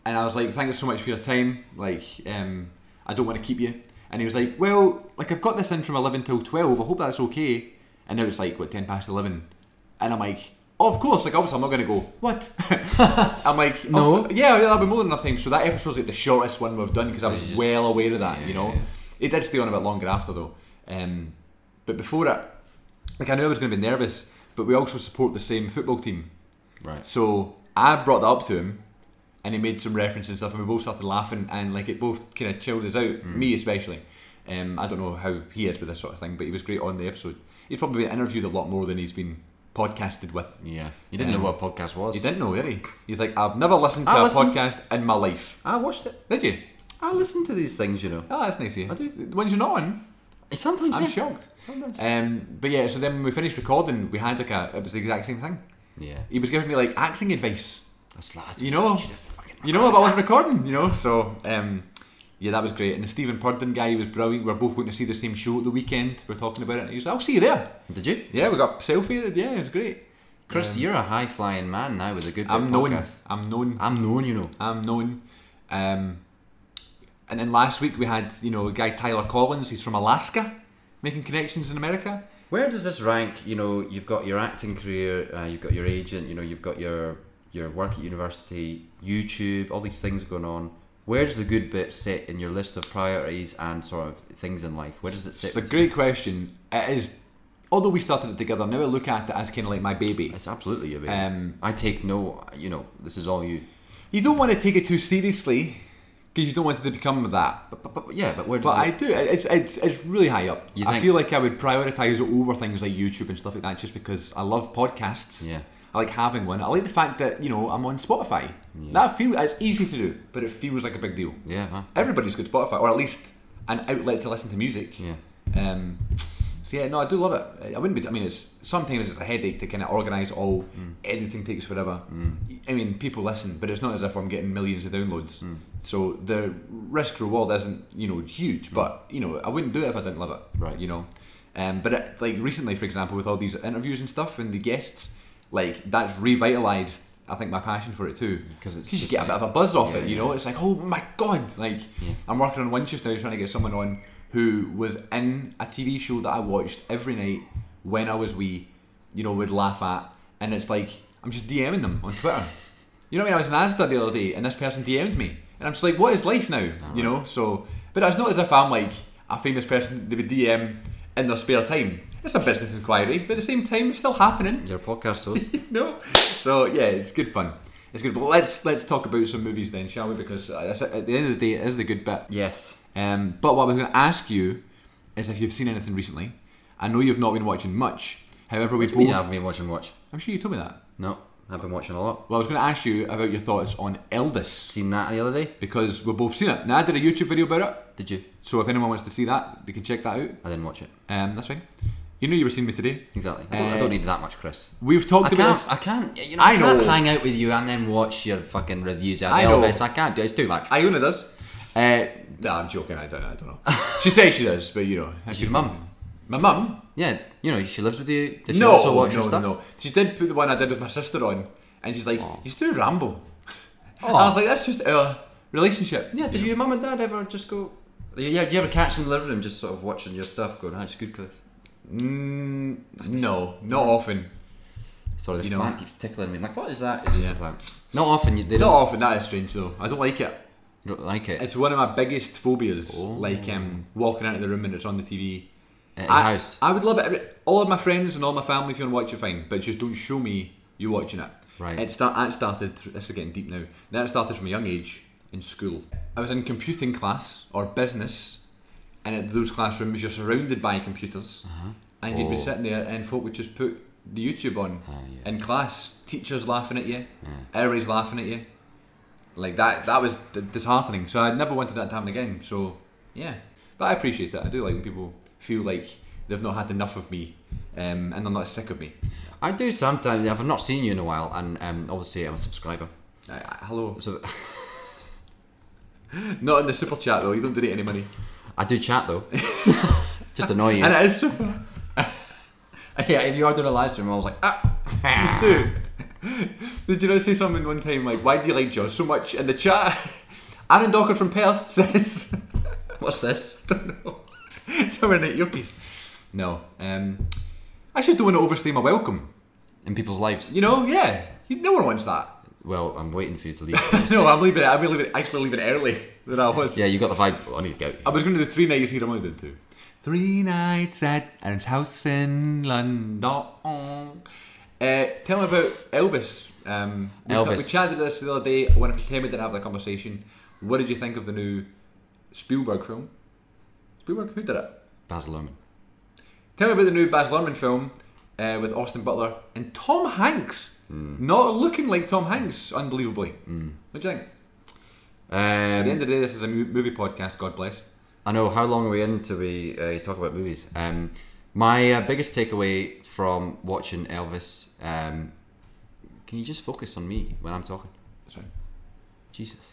[SPEAKER 1] and I was like, "Thank you so much for your time. Like, um, I don't want to keep you." And he was like, "Well, like I've got this in from eleven till twelve. I hope that's okay." And now it's like what ten past eleven, and I'm like, "Oh, of course. Like, obviously, I'm not gonna go. What?" I'm like, "Of
[SPEAKER 2] No.
[SPEAKER 1] cou- yeah, that'll be more than enough time." So that episode's like the shortest one we've done because I was
[SPEAKER 2] you just-
[SPEAKER 1] well aware of that.
[SPEAKER 2] Yeah,
[SPEAKER 1] you know,
[SPEAKER 2] yeah, yeah.
[SPEAKER 1] it did stay on a bit longer after though. Um, but before it, like I knew I was gonna be nervous, but we also support the same football team.
[SPEAKER 2] Right.
[SPEAKER 1] So I brought that up to him, and he made some reference and stuff, and we both started laughing, and like it both kind of chilled us out,
[SPEAKER 2] Hmm.
[SPEAKER 1] me especially. Um, I don't know how he is with this sort of thing, but he was great on the episode. He's probably been interviewed a lot more than he's been podcasted with.
[SPEAKER 2] Yeah. You didn't
[SPEAKER 1] Um,
[SPEAKER 2] know what a podcast was.
[SPEAKER 1] He didn't know, did he? He's like, I've never listened to
[SPEAKER 2] I
[SPEAKER 1] a
[SPEAKER 2] listened-
[SPEAKER 1] podcast in my life.
[SPEAKER 2] I watched it.
[SPEAKER 1] Did you?
[SPEAKER 2] I listen to these things, you know.
[SPEAKER 1] Oh, that's nice of you.
[SPEAKER 2] I do.
[SPEAKER 1] The ones you're not on,
[SPEAKER 2] Sometimes
[SPEAKER 1] I'm
[SPEAKER 2] yeah.
[SPEAKER 1] shocked.
[SPEAKER 2] Sometimes.
[SPEAKER 1] Um, but yeah, so then when we finished recording, we had like a, it was the exact same thing.
[SPEAKER 2] Yeah.
[SPEAKER 1] He was giving me like acting advice.
[SPEAKER 2] That's last.
[SPEAKER 1] You know-
[SPEAKER 2] should've fucking-
[SPEAKER 1] You know, if I wasn't recording, you know. So, um, yeah, that was great. And the Stephen Purden guy was brilliant. We are both going to see the same show at the weekend. We are talking about it. And he was like, I'll see you there.
[SPEAKER 2] Did you,
[SPEAKER 1] Yeah, we got selfie. Yeah, it was great.
[SPEAKER 2] Chris? you're a high flying man now with a good. bit
[SPEAKER 1] I'm
[SPEAKER 2] of
[SPEAKER 1] known.
[SPEAKER 2] podcast.
[SPEAKER 1] I'm known.
[SPEAKER 2] I'm known. You know.
[SPEAKER 1] I'm known. Um, and then last week we had, you know, a guy Tyler Collins. He's from Alaska, making connections in America.
[SPEAKER 2] Where does this rank? You know, you've got your acting career. Uh, you've got your agent. You know, you've got your your work at university, YouTube, all these things going on. Where does the good bit sit in your list of priorities and sort of things in life? Where does it sit?
[SPEAKER 1] It's a great question. It is. Although we started it together, now I look at it as kind of like my baby.
[SPEAKER 2] It's absolutely your baby.
[SPEAKER 1] Um,
[SPEAKER 2] I take no, you know, this is all you.
[SPEAKER 1] You don't want to take it too seriously because you don't want it to become that.
[SPEAKER 2] But, but, but yeah, but where does
[SPEAKER 1] But I
[SPEAKER 2] it,
[SPEAKER 1] do. It's it's it's really high up.
[SPEAKER 2] You
[SPEAKER 1] I
[SPEAKER 2] think?
[SPEAKER 1] feel like I would prioritize it over things like YouTube and stuff like that, just because I love podcasts.
[SPEAKER 2] Yeah.
[SPEAKER 1] I like having one. I like the fact that you know I'm on Spotify. That feel it's easy to do, but it feels like a big deal.
[SPEAKER 2] yeah, man.
[SPEAKER 1] Everybody's got Spotify, or at least an outlet to listen to music.
[SPEAKER 2] yeah.
[SPEAKER 1] Um, So yeah, no, I do love it. I wouldn't be. I mean, it's sometimes it's a headache to kind of organise all.
[SPEAKER 2] Mm.
[SPEAKER 1] Editing takes forever. I mean, people listen, but it's not as if I'm getting millions of downloads.
[SPEAKER 2] Mm.
[SPEAKER 1] So the risk reward isn't you know huge, but you know I wouldn't do it if I didn't love it.
[SPEAKER 2] Mm. Right.
[SPEAKER 1] You know, um, but it, like recently, for example, with all these interviews and stuff and the guests, like that's revitalised. I think my passion for it too,
[SPEAKER 2] 'Cause Mm. it's
[SPEAKER 1] you
[SPEAKER 2] just
[SPEAKER 1] get a
[SPEAKER 2] like-
[SPEAKER 1] bit of a buzz off
[SPEAKER 2] Yeah,
[SPEAKER 1] it. You
[SPEAKER 2] yeah.
[SPEAKER 1] know, it's like oh my god, like
[SPEAKER 2] Yeah.
[SPEAKER 1] I'm working on one just now, trying to get someone on who was in a TV show that I watched every night when I was wee, you know, would laugh at, and it's like I'm just DMing them on Twitter. you know what I mean? I was in Asda the other day, and this person DM'd me, and I'm just like, what is life now? You know, so but it's not as if I'm like a famous person they would DM in their spare time. It's a business inquiry, but at the same time, it's still happening
[SPEAKER 2] Your podcast host.
[SPEAKER 1] no. So yeah, it's good fun. It's good. But let's let's talk about some movies then, shall we? Because uh, that's- at the end of the day, it is the good bit.
[SPEAKER 2] yes.
[SPEAKER 1] Um, but what I was going to ask you is if you've seen anything recently. I know you've not been watching much. However, we
[SPEAKER 2] I mean,
[SPEAKER 1] both.
[SPEAKER 2] I haven't been watching much.
[SPEAKER 1] I'm sure you told me that.
[SPEAKER 2] No, I've been watching a lot.
[SPEAKER 1] Well, I was going to ask you about your thoughts on Elvis
[SPEAKER 2] Seen that the other day?
[SPEAKER 1] because we've both seen it. Now I did a YouTube video about it,
[SPEAKER 2] Did you?
[SPEAKER 1] so if anyone wants to see that, they can check that out.
[SPEAKER 2] I didn't watch it.
[SPEAKER 1] Um, that's fine. You knew you were seeing me today.
[SPEAKER 2] Exactly. I don't, I
[SPEAKER 1] Uh,
[SPEAKER 2] don't need that much, Chris.
[SPEAKER 1] We've talked
[SPEAKER 2] I
[SPEAKER 1] about
[SPEAKER 2] can't.
[SPEAKER 1] this.
[SPEAKER 2] I can't. You know,
[SPEAKER 1] I
[SPEAKER 2] I, can't
[SPEAKER 1] know.
[SPEAKER 2] hang out with you and then watch your fucking reviews of
[SPEAKER 1] I know.
[SPEAKER 2] Elvis. I can't do. it. It's too much.
[SPEAKER 1] Iona does. Uh, no, I'm joking. I don't. I don't know. she says she does, but you know,
[SPEAKER 2] It's your mum.
[SPEAKER 1] My mum?
[SPEAKER 2] Yeah. You know, she lives with you. Does she
[SPEAKER 1] No,
[SPEAKER 2] also watch your
[SPEAKER 1] no,
[SPEAKER 2] stuff?
[SPEAKER 1] no. She did put the one I did with my sister on, and she's like, "You still Rambo." I was like, "That's just our relationship."
[SPEAKER 2] Yeah. Did your mum and dad ever just go? Yeah. Do you ever catch them in the living room just sort of watching your stuff, going, "Ah, it's good, Chris."
[SPEAKER 1] Mm, no, not often.
[SPEAKER 2] Sorry, this
[SPEAKER 1] You know-
[SPEAKER 2] plant keeps tickling me. I'm like, what is that? It's just
[SPEAKER 1] Yeah.
[SPEAKER 2] a plant. Not often. You, they
[SPEAKER 1] Not
[SPEAKER 2] don't,
[SPEAKER 1] often. That is strange though. I don't like it.
[SPEAKER 2] you don't like it.
[SPEAKER 1] It's one of my biggest phobias.
[SPEAKER 2] Oh.
[SPEAKER 1] Like um, walking out of the room and it's on the TV.
[SPEAKER 2] At the
[SPEAKER 1] I,
[SPEAKER 2] house.
[SPEAKER 1] I would love it. All of my friends and all my family, if you want to watch it, fine. But just don't show me you watching it.
[SPEAKER 2] Right.
[SPEAKER 1] It start, that started, this is getting deep now. That started from a young age in school. I was in computing class or business, and at those classrooms, you're surrounded by computers. And you'd be
[SPEAKER 2] Oh.
[SPEAKER 1] sitting there, and folk would just put the YouTube on
[SPEAKER 2] Ah, yeah.
[SPEAKER 1] in class. Teachers laughing at you, everybody's laughing at you. Like that, that was d- disheartening. So I never wanted that to happen again. So yeah, but I appreciate it. I do like when people feel like they've not had enough of me, um, and they're not sick of me.
[SPEAKER 2] I do sometimes. I've not seen you in a while, and um, obviously I'm a subscriber.
[SPEAKER 1] I- I- Uh, hello,
[SPEAKER 2] So
[SPEAKER 1] not in the super chat though. You don't donate any money,
[SPEAKER 2] I do chat though. just annoy you.
[SPEAKER 1] and it is super.
[SPEAKER 2] yeah, if you are doing a live stream, I was like, ah.
[SPEAKER 1] Dude, did you not say something one time like, "Why do you like Jaws so much?" In the chat, Aaron Docker from Perth says,
[SPEAKER 2] What's this?
[SPEAKER 1] don't know. it's over an earpiece. No. Um, I just don't want to overstay my welcome.
[SPEAKER 2] In people's lives.
[SPEAKER 1] You know, yeah. You, no one wants that.
[SPEAKER 2] Well, I'm waiting for you to leave.
[SPEAKER 1] no, I'm leaving it. I'm leaving it, actually leaving it early than I was.
[SPEAKER 2] yeah, you got the vibe. I need to go.
[SPEAKER 1] I was going to do three nights here. I'm going to do two. Three nights at Aaron's house in London. Uh, tell me about Elvis. Um, we ta-
[SPEAKER 2] Elvis.
[SPEAKER 1] we chatted about this the other day. I want to pretend we didn't have that conversation. What did you think of the new Spielberg film? Spielberg? Who did it?
[SPEAKER 2] Baz Luhrmann.
[SPEAKER 1] Tell me about the new Baz Luhrmann film uh, with Austin Butler and Tom Hanks. Not looking like Tom Hanks, unbelievably. What do you think? At the
[SPEAKER 2] Um,
[SPEAKER 1] end of the day, this is a mo- movie podcast. God bless.
[SPEAKER 2] I know. How long are we into we uh, talk about movies? Um, my uh, biggest takeaway from watching Elvis. Um, can you just focus on me when I'm talking?
[SPEAKER 1] Sorry.
[SPEAKER 2] Jesus.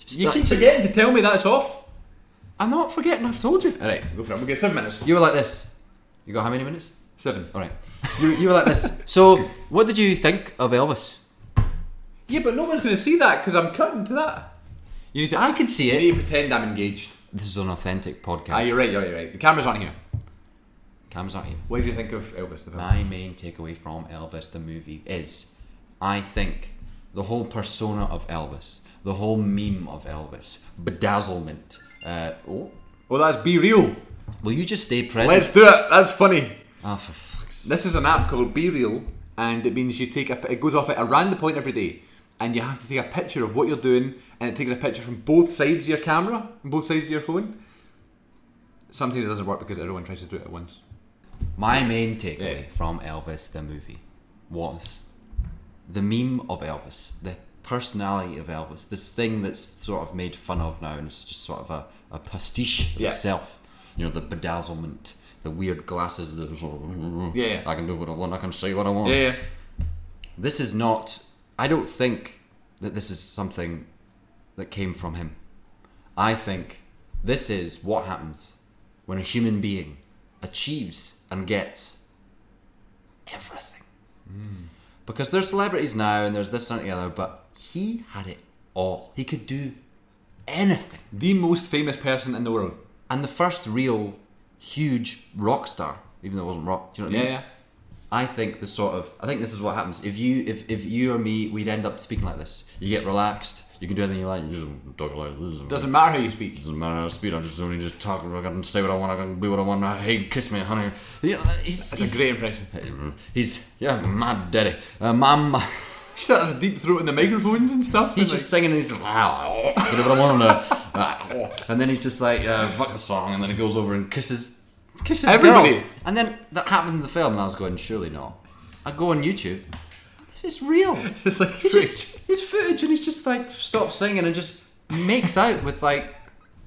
[SPEAKER 2] Just
[SPEAKER 1] You
[SPEAKER 2] start-
[SPEAKER 1] keep forgetting to tell me that's off.
[SPEAKER 2] I'm not forgetting. I've told you.
[SPEAKER 1] All right, go for it. We'll get seven minutes.
[SPEAKER 2] You were like this. You got how many minutes?
[SPEAKER 1] Seven.
[SPEAKER 2] All right. You, you were like this. So, what did you think of Elvis?
[SPEAKER 1] Yeah, but no one's going to see that because I'm cutting to that. You need to.
[SPEAKER 2] I can see
[SPEAKER 1] You
[SPEAKER 2] it.
[SPEAKER 1] need to pretend I'm engaged.
[SPEAKER 2] This is an authentic podcast.
[SPEAKER 1] Ah, you're right. You're right. You're right. The camera's on here. Ah.
[SPEAKER 2] Cam's not here.
[SPEAKER 1] What did you think of Elvis the film?
[SPEAKER 2] My main takeaway from Elvis the movie is I think the whole persona of Elvis, the whole meme of Elvis, bedazzlement. Uh, oh,
[SPEAKER 1] Well, that's be real.
[SPEAKER 2] will you just stay present?
[SPEAKER 1] Let's do it. That's funny.
[SPEAKER 2] Ah, for fuck's sake.
[SPEAKER 1] This is an app called Be Real, and it means you take a. It goes off at a random point every day, and you have to take a picture of what you're doing, and it takes a picture from both sides of your camera, and both sides of your phone. Sometimes it doesn't work because everyone tries to do it at once.
[SPEAKER 2] My main takeaway
[SPEAKER 1] Yeah.
[SPEAKER 2] from Elvis the movie was the meme of Elvis, the personality of Elvis, this thing that's sort of made fun of now and it's just sort of a, a pastiche of
[SPEAKER 1] Yeah.
[SPEAKER 2] itself. You know, the bedazzlement, the weird glasses. The
[SPEAKER 1] Yeah.
[SPEAKER 2] I can do what I want. I can say what I want.
[SPEAKER 1] Yeah, yeah.
[SPEAKER 2] This is not. I don't think that this is something that came from him. I think this is what happens when a human being achieves and gets everything.
[SPEAKER 1] Hmm.
[SPEAKER 2] Because there's celebrities now and there's this and the other, but he had it all. He could do anything.
[SPEAKER 1] The most famous person in the world.
[SPEAKER 2] And the first real huge rock star, even though it wasn't rock, do you know what I
[SPEAKER 1] Yeah,
[SPEAKER 2] mean?
[SPEAKER 1] yeah.
[SPEAKER 2] I think the sort of I think this is what happens if you if, if you or me we'd end up speaking like this. You get relaxed. You can do anything you like. You just talk like this.
[SPEAKER 1] Doesn't matter how you speak.
[SPEAKER 2] doesn't matter how speed. I just only just talk. I can say what I want. I can do what I want. Hey, kiss me, honey. Yeah, he's,
[SPEAKER 1] That's
[SPEAKER 2] he's,
[SPEAKER 1] a great impression.
[SPEAKER 2] he's yeah, mad daddy, uh, mama.
[SPEAKER 1] That's deep throat in the microphones and stuff.
[SPEAKER 2] He's
[SPEAKER 1] and,
[SPEAKER 2] just singing and he's just ah, ah, do what I want him to. ah, And then he's just like uh, fuck the song, and then he goes over and kisses kisses
[SPEAKER 1] Everybody.
[SPEAKER 2] girls. And then that happened in the film, and I was going, surely not. I go on YouTube. This is real.
[SPEAKER 1] like, it's like
[SPEAKER 2] He's just his footage, and he's just like stops singing and just makes out with like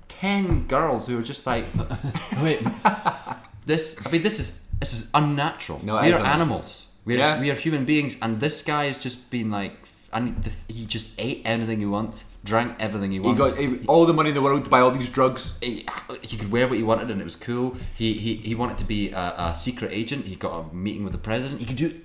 [SPEAKER 2] ten girls who are just like, wait, this. I mean, this is this is unnatural.
[SPEAKER 1] No, it
[SPEAKER 2] we
[SPEAKER 1] is
[SPEAKER 2] are
[SPEAKER 1] unnatural.
[SPEAKER 2] animals. We are
[SPEAKER 1] Yeah.
[SPEAKER 2] we are human beings, and this guy has just been like, and this, he just ate anything he wants, drank everything he
[SPEAKER 1] he
[SPEAKER 2] wants.
[SPEAKER 1] got he- all the money in the world to buy all these drugs.
[SPEAKER 2] he, he could wear what he wanted and it was cool. He he, he wanted to be a, a secret agent. He got a meeting with the president. He could do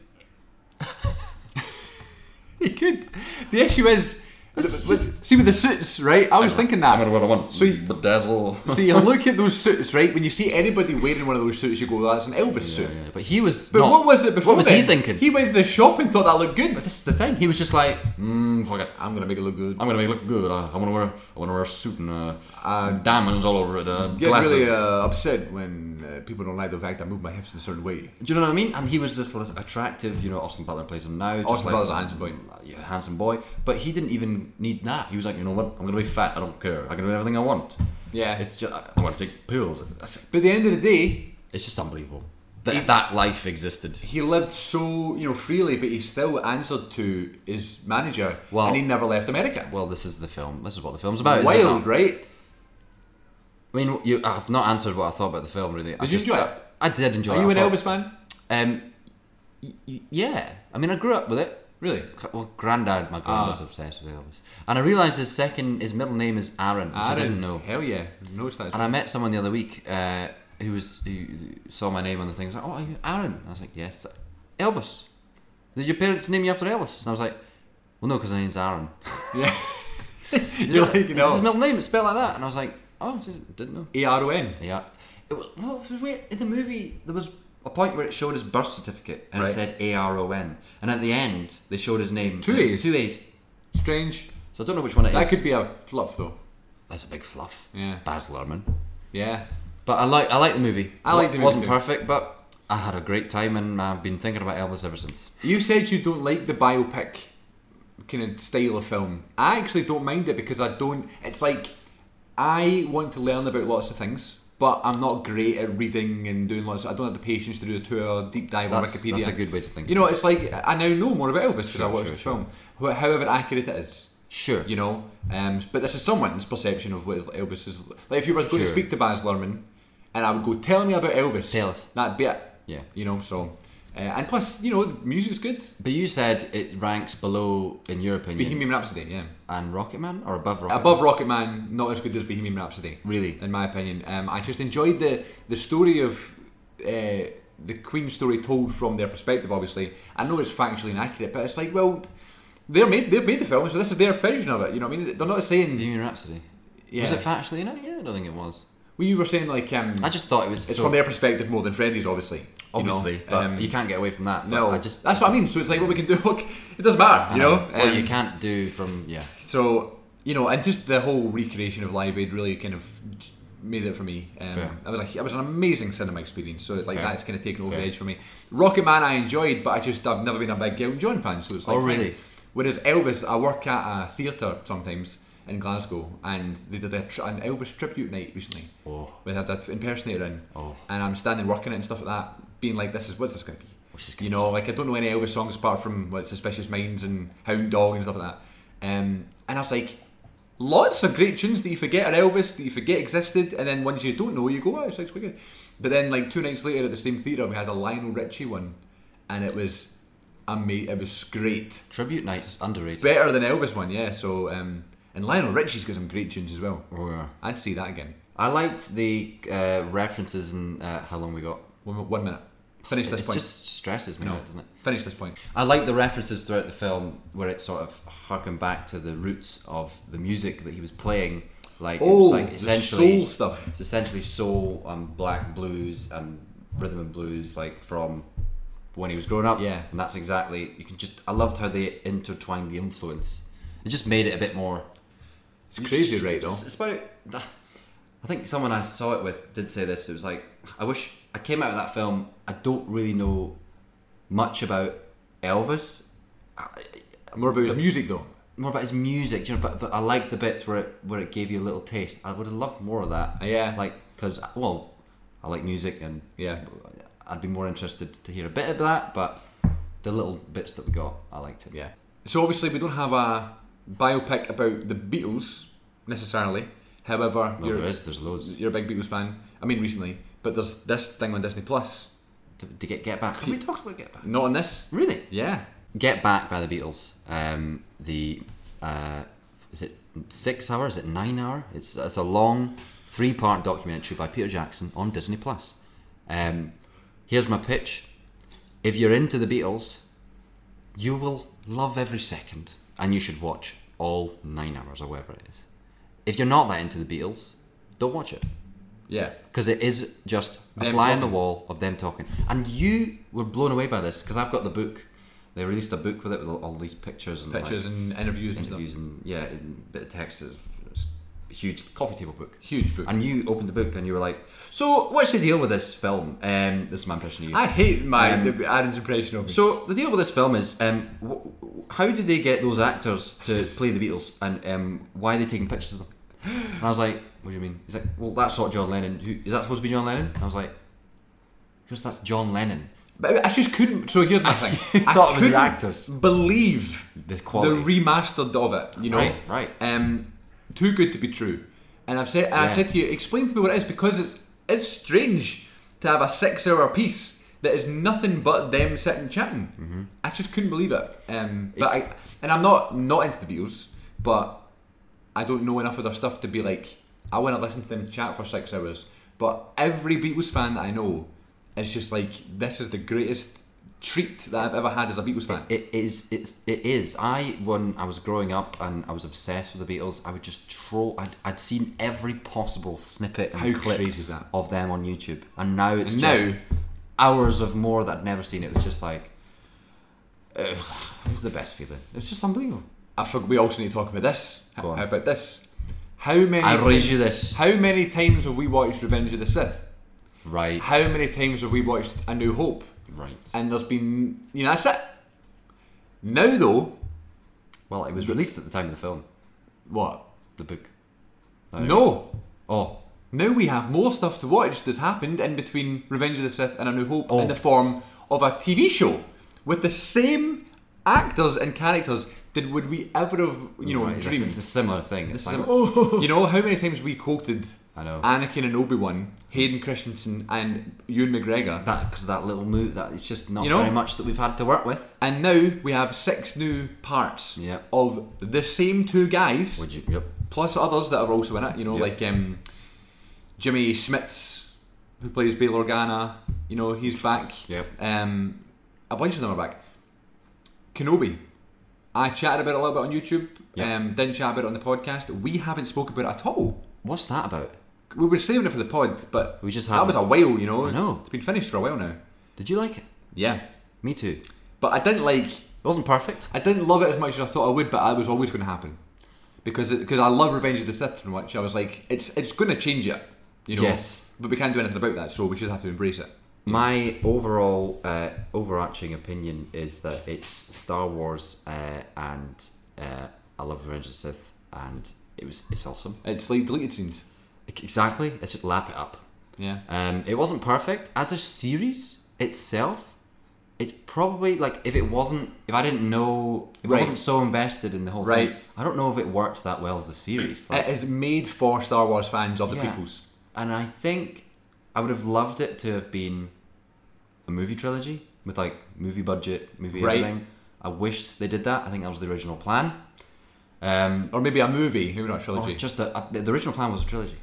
[SPEAKER 1] He could. The issue is,
[SPEAKER 2] It's
[SPEAKER 1] th- with- see with the suits, right? I was thinking that.
[SPEAKER 2] I'm gonna what I want.
[SPEAKER 1] Ah. So you-
[SPEAKER 2] bedazzle.
[SPEAKER 1] so you look at those suits, right? When you see anybody wearing one of those suits, you go, "That's an Elvis suit."
[SPEAKER 2] Yeah, but he was.
[SPEAKER 1] But
[SPEAKER 2] not-
[SPEAKER 1] what was it before?
[SPEAKER 2] What was
[SPEAKER 1] then?
[SPEAKER 2] he thinking?
[SPEAKER 1] He went to the shop and thought that looked good.
[SPEAKER 2] But this is the thing. He was just like, mm, fuck it.
[SPEAKER 1] I'm gonna make it look good.
[SPEAKER 2] I'm gonna make it look good. I, I wanna wear. I wanna wear a suit and uh, diamonds all over it. Uh,
[SPEAKER 1] Get
[SPEAKER 2] glasses.
[SPEAKER 1] really uh, upset when uh, people don't like the fact I move my hips in a certain way.
[SPEAKER 2] Do you know what I mean? And he was this less attractive. You know, Austin Butler plays him now. just
[SPEAKER 1] Austin
[SPEAKER 2] like-
[SPEAKER 1] Butler's a handsome boy.
[SPEAKER 2] Yeah, handsome boy. But he didn't even need that. He was like, you know what? I'm gonna be fat. I don't care. I can do everything I want.
[SPEAKER 1] Yeah.
[SPEAKER 2] It's just. I- I'm gonna take pills. That's it.
[SPEAKER 1] But at the end of the day,
[SPEAKER 2] It's just unbelievable that that life existed.
[SPEAKER 1] he lived so you know freely, but he still answered to his manager,
[SPEAKER 2] Well-
[SPEAKER 1] and he never left America.
[SPEAKER 2] Well, this is the film. This is what the film's about. is it not?
[SPEAKER 1] Wild, right?
[SPEAKER 2] I mean, you, I've not answered what I thought about the film, really. Did I
[SPEAKER 1] you enjoy it?
[SPEAKER 2] I did enjoy
[SPEAKER 1] Are
[SPEAKER 2] it.
[SPEAKER 1] you an
[SPEAKER 2] but,
[SPEAKER 1] Elvis fan?
[SPEAKER 2] Um, y- y- yeah. I mean, I grew up with it.
[SPEAKER 1] Really?
[SPEAKER 2] C- Well, granddad, my
[SPEAKER 1] Ah.
[SPEAKER 2] granddad's obsessed with Elvis. And I realised his second, his middle name is Aaron, which I didn't know.
[SPEAKER 1] Hell yeah, no stats.
[SPEAKER 2] And I met someone the other week uh, who was who saw my name on the thing. He was like, "Oh, are you Aaron?" I was like, "Yes." Elvis. Did your parents name you after Elvis? And I was like, "Well, no, because my name's Aaron."
[SPEAKER 1] Yeah.
[SPEAKER 2] He's
[SPEAKER 1] You're
[SPEAKER 2] like,
[SPEAKER 1] like, you
[SPEAKER 2] "It's his
[SPEAKER 1] know,
[SPEAKER 2] middle name. It's spelled like that." And I was like, "Oh, didn't, didn't know."
[SPEAKER 1] A R O N.
[SPEAKER 2] Yeah. It was, well, it was weird. In the movie, there was a point where it showed his birth certificate and
[SPEAKER 1] Right.
[SPEAKER 2] it said A R O N, and at the end they showed his name.
[SPEAKER 1] Two
[SPEAKER 2] and it's
[SPEAKER 1] A's?
[SPEAKER 2] Two A's.
[SPEAKER 1] Strange.
[SPEAKER 2] So I don't know which one it is.
[SPEAKER 1] That could be a fluff though.
[SPEAKER 2] That's a big fluff.
[SPEAKER 1] Yeah.
[SPEAKER 2] Baz Luhrmann.
[SPEAKER 1] Yeah.
[SPEAKER 2] But I like I like the movie.
[SPEAKER 1] I like the
[SPEAKER 2] It
[SPEAKER 1] movie
[SPEAKER 2] wasn't
[SPEAKER 1] too.
[SPEAKER 2] perfect, but I had a great time and I've been thinking about Elvis ever since.
[SPEAKER 1] You said you don't like the biopic kind of style of film. I actually don't mind it because I don't. It's like I want to learn about lots of things, but I'm not great at reading and doing lots. I don't have the patience to do a two-hour deep dive
[SPEAKER 2] That's,
[SPEAKER 1] on Wikipedia.
[SPEAKER 2] that's a good way to think.
[SPEAKER 1] you know, it's like I now know more about Elvis because I
[SPEAKER 2] Sure,
[SPEAKER 1] watched
[SPEAKER 2] sure,
[SPEAKER 1] the film. Wh- However accurate it is,
[SPEAKER 2] sure.
[SPEAKER 1] you know. Um, but this is someone's perception of what Elvis is like. If you were going to
[SPEAKER 2] Sure.
[SPEAKER 1] speak to Baz Luhrmann, and I would go, "Tell me about Elvis,"
[SPEAKER 2] Tell us.
[SPEAKER 1] that'd be it.
[SPEAKER 2] Yeah.
[SPEAKER 1] You know, so uh, and plus, you know, the music's good.
[SPEAKER 2] But you said it ranks below, in your opinion,
[SPEAKER 1] Bohemian Rhapsody, yeah.
[SPEAKER 2] and Rocketman, or above Rocketman.
[SPEAKER 1] Above Rocketman, not as good as Bohemian Rhapsody,
[SPEAKER 2] Really.
[SPEAKER 1] in my opinion. Um, I just enjoyed the the story of uh, the Queen story told from their perspective. Obviously, I know it's factually inaccurate, but it's like, well, they're made they've made the film, so this is their version of it. You know what I mean? They're not saying.
[SPEAKER 2] Bohemian Rhapsody.
[SPEAKER 1] Yeah.
[SPEAKER 2] Was it factually in it? Yeah, I don't think it was.
[SPEAKER 1] well, you were saying like um,
[SPEAKER 2] I just thought it was.
[SPEAKER 1] it's
[SPEAKER 2] so
[SPEAKER 1] from their perspective more than Freddy's, obviously.
[SPEAKER 2] obviously,
[SPEAKER 1] you know?
[SPEAKER 2] but
[SPEAKER 1] Um,
[SPEAKER 2] you can't get away from that.
[SPEAKER 1] no,
[SPEAKER 2] No, I just Uh-huh.
[SPEAKER 1] that's what I mean. So it's like, what we can do, it doesn't matter, you know.
[SPEAKER 2] Well,
[SPEAKER 1] Um,
[SPEAKER 2] you can't do from yeah.
[SPEAKER 1] So you know, and just the whole recreation of Live Aid really kind of j- made it for me.
[SPEAKER 2] Fair.
[SPEAKER 1] Um, it was a, it was an amazing cinema experience. So it's like
[SPEAKER 2] Fair.
[SPEAKER 1] that's kind of taken over
[SPEAKER 2] Fair.
[SPEAKER 1] the edge for me. Rocket Man I enjoyed, but I just I've never been a big Elton John fan. So it's like
[SPEAKER 2] Oh, really?
[SPEAKER 1] Whereas Elvis, I work at a theatre sometimes in Glasgow, and they did a tr- an Elvis tribute night recently.
[SPEAKER 2] Oh.
[SPEAKER 1] We had that impersonator in,
[SPEAKER 2] Oh.
[SPEAKER 1] and I'm standing working it and stuff like that, being like, "This is what's this going to be?"
[SPEAKER 2] What's this
[SPEAKER 1] you know, like I don't know any Elvis songs apart from what Suspicious Minds and Hound Dog and stuff like that. Um, and I was like, lots of great tunes that you forget are Elvis that you forget existed, and then ones you don't know, you go, "Oh, it's actually good." But then, like two nights later at the same theatre, we had a Lionel Richie one, and it was amazing. It was great,
[SPEAKER 2] Tribute nights underrated.
[SPEAKER 1] better than Elvis one, yeah. So, um, and Lionel Richie's got some great tunes as well.
[SPEAKER 2] Oh, yeah.
[SPEAKER 1] I'd see that again.
[SPEAKER 2] I liked the uh, references and uh, how long we got.
[SPEAKER 1] One, one minute. Finish this
[SPEAKER 2] It
[SPEAKER 1] point.
[SPEAKER 2] just stresses me out, doesn't it?
[SPEAKER 1] Finish this point.
[SPEAKER 2] I like the references throughout the film where it sort of harken back to the roots of the music that he was playing. Like it was
[SPEAKER 1] Oh,
[SPEAKER 2] like
[SPEAKER 1] the
[SPEAKER 2] essentially
[SPEAKER 1] soul stuff.
[SPEAKER 2] It's essentially soul and black blues and rhythm and blues, like from when he was growing up.
[SPEAKER 1] Yeah.
[SPEAKER 2] and that's exactly. You can just. I loved how they intertwined the influence. It just made it a bit more
[SPEAKER 1] It's crazy, right?
[SPEAKER 2] it's
[SPEAKER 1] Though
[SPEAKER 2] just- It's about. I think someone I saw it with did say this. It was like, I wish I came out of that film. I don't really know much about Elvis,
[SPEAKER 1] more about his music though.
[SPEAKER 2] more about his music. You know, but, but I like the bits where it where it gave you a little taste. I would have loved more of that.
[SPEAKER 1] Yeah.
[SPEAKER 2] like because well, I like music and
[SPEAKER 1] Yeah.
[SPEAKER 2] I'd be more interested to hear a bit of that. But the little bits that we got, I liked it.
[SPEAKER 1] Yeah. So obviously we don't have a biopic about the Beatles necessarily. However,
[SPEAKER 2] No,
[SPEAKER 1] you're,
[SPEAKER 2] there is. There's loads.
[SPEAKER 1] you're a big Beatles fan. I mean, recently, but there's this thing on Disney Plus.
[SPEAKER 2] To, to get Get Back. Have we talked about Get Back?
[SPEAKER 1] Not on this.
[SPEAKER 2] Really?
[SPEAKER 1] Yeah.
[SPEAKER 2] Get Back by the Beatles. Um, the uh, is it six hour? Is it nine hour? It's it's a long three part documentary by Peter Jackson on Disney Plus. Um, here's my pitch: If you're into the Beatles, you will love every second, and you should watch all nine hours or whatever it is. If you're not that into the Beatles, don't watch it
[SPEAKER 1] Yeah.
[SPEAKER 2] because it is just a
[SPEAKER 1] Them
[SPEAKER 2] fly on the
[SPEAKER 1] talking.
[SPEAKER 2] wall of them talking. And you were blown away by this because I've got the book. They released a book with it with all- all these pictures and
[SPEAKER 1] Pictures
[SPEAKER 2] like,
[SPEAKER 1] and interviews and
[SPEAKER 2] interviews and yeah, and a bit of text. It's- it's a huge coffee table book.
[SPEAKER 1] stuff. Huge book.
[SPEAKER 2] And you opened the book and you were like, "So what's the deal with this film?" Um, this is my impression of you.
[SPEAKER 1] I hate my
[SPEAKER 2] Um,
[SPEAKER 1] the Aaron's impression of me.
[SPEAKER 2] so the deal with this film is, um, wh- how did they get those actors to play the Beatles, and um, why are they taking pictures of them? And I was like, "What do you mean?" He's like, "Well, that's not John Lennon. Who, is that supposed to be John Lennon?" And I was like, "Because that's John Lennon."
[SPEAKER 1] but I just couldn't. So here's my thing. I
[SPEAKER 2] thought it was the
[SPEAKER 1] couldn't
[SPEAKER 2] actors.
[SPEAKER 1] Believe
[SPEAKER 2] The quality.
[SPEAKER 1] the remastered of it. You know,
[SPEAKER 2] Right, right.
[SPEAKER 1] Um, too good to be true. And I've said, I've
[SPEAKER 2] Yeah.
[SPEAKER 1] said to you, explain to me what it is because it's it's strange to have a six-hour piece that is nothing but them sitting chatting. Mm-hmm. I just couldn't believe it. Um, but
[SPEAKER 2] It's-
[SPEAKER 1] I, and I'm not not into the Beatles, but I don't know enough of their stuff to be like I want to listen to them chat for six hours. But every Beatles fan that I know is just like, this is the greatest treat that I've ever had as a Beatles fan.
[SPEAKER 2] It is. It's. It is. I when I was growing up and I was obsessed with the Beatles, I would just troll. I'd, I'd seen every possible snippet and
[SPEAKER 1] How
[SPEAKER 2] clip
[SPEAKER 1] crazy is that?
[SPEAKER 2] of them on YouTube, and now it's
[SPEAKER 1] And
[SPEAKER 2] just
[SPEAKER 1] now-
[SPEAKER 2] hours of more that I'd never seen. It was just like it was, it was the best feeling. It was just unbelievable.
[SPEAKER 1] I think we also need to talk about this.
[SPEAKER 2] Go on.
[SPEAKER 1] How about this? How many?
[SPEAKER 2] I raise you this
[SPEAKER 1] How many times have we watched Revenge of the Sith?
[SPEAKER 2] right,
[SPEAKER 1] How many times have we watched A New Hope?
[SPEAKER 2] right.
[SPEAKER 1] And there's been, you know, that's it. Now though,
[SPEAKER 2] Well, it was released at the time of the film,
[SPEAKER 1] what?
[SPEAKER 2] the book.
[SPEAKER 1] No.
[SPEAKER 2] Oh,
[SPEAKER 1] Now we have more stuff to watch that's happened in between Revenge of the Sith and A New Hope
[SPEAKER 2] Oh.
[SPEAKER 1] in the form of a TV show with the same actors and characters. Did would we ever have, you know,
[SPEAKER 2] right,
[SPEAKER 1] dreamed?
[SPEAKER 2] It's a similar thing. It's like,
[SPEAKER 1] Some- you know how many times we quoted
[SPEAKER 2] I know.
[SPEAKER 1] Anakin and Obi Wan, Hayden Christensen and Ewan McGregor,
[SPEAKER 2] that because that little move that it's just not
[SPEAKER 1] You know?
[SPEAKER 2] very much that we've had to work with.
[SPEAKER 1] and now we have six new parts
[SPEAKER 2] Yep.
[SPEAKER 1] of the same two guys,
[SPEAKER 2] Would you? Yep.
[SPEAKER 1] plus others that are also in it. You know,
[SPEAKER 2] Yep.
[SPEAKER 1] like um, Jimmy Schmitz, who plays Bail Organa. You know, he's back.
[SPEAKER 2] Yep.
[SPEAKER 1] Um, a bunch of them are back. Kenobi. I chatted about it a little bit on YouTube.
[SPEAKER 2] Yep.
[SPEAKER 1] Um, didn't chat about it on the podcast. We haven't spoken about it at all.
[SPEAKER 2] What's that about?
[SPEAKER 1] We were saving it for the pod, but
[SPEAKER 2] We just
[SPEAKER 1] that
[SPEAKER 2] haven't.
[SPEAKER 1] was a while, you know.
[SPEAKER 2] I know.
[SPEAKER 1] It's been finished for a while now.
[SPEAKER 2] Did you like it?
[SPEAKER 1] Yeah.
[SPEAKER 2] Me too. It
[SPEAKER 1] But I didn't like
[SPEAKER 2] wasn't perfect.
[SPEAKER 1] I didn't love it as much as I thought I would, but I was always going to happen because because I love Revenge of the Sith so much. I was like, it's it's going to change it, you know.
[SPEAKER 2] Yes.
[SPEAKER 1] But we can't do anything about that, so we just have to embrace it.
[SPEAKER 2] My overall uh, overarching opinion is that it's Star Wars, uh, and uh, I love Revenge of the Sith, and it was it's awesome.
[SPEAKER 1] It's like deleted scenes.
[SPEAKER 2] Exactly, it's just lap it up.
[SPEAKER 1] Yeah.
[SPEAKER 2] Um, it wasn't perfect as a series itself. it's probably like if it wasn't if I didn't know if
[SPEAKER 1] Right.
[SPEAKER 2] I wasn't so invested in the whole
[SPEAKER 1] Right.
[SPEAKER 2] thing, I don't know if it works that well as a series. Like,
[SPEAKER 1] It is made for Star Wars fans of the
[SPEAKER 2] Yeah.
[SPEAKER 1] peoples.
[SPEAKER 2] and I think I would have loved it to have been a movie trilogy with like movie budget, movie
[SPEAKER 1] Right.
[SPEAKER 2] everything. I wish they did that. I think that was the original plan. Um,
[SPEAKER 1] Or maybe a movie, maybe not a
[SPEAKER 2] or
[SPEAKER 1] trilogy.
[SPEAKER 2] just a, a, the original plan was a trilogy.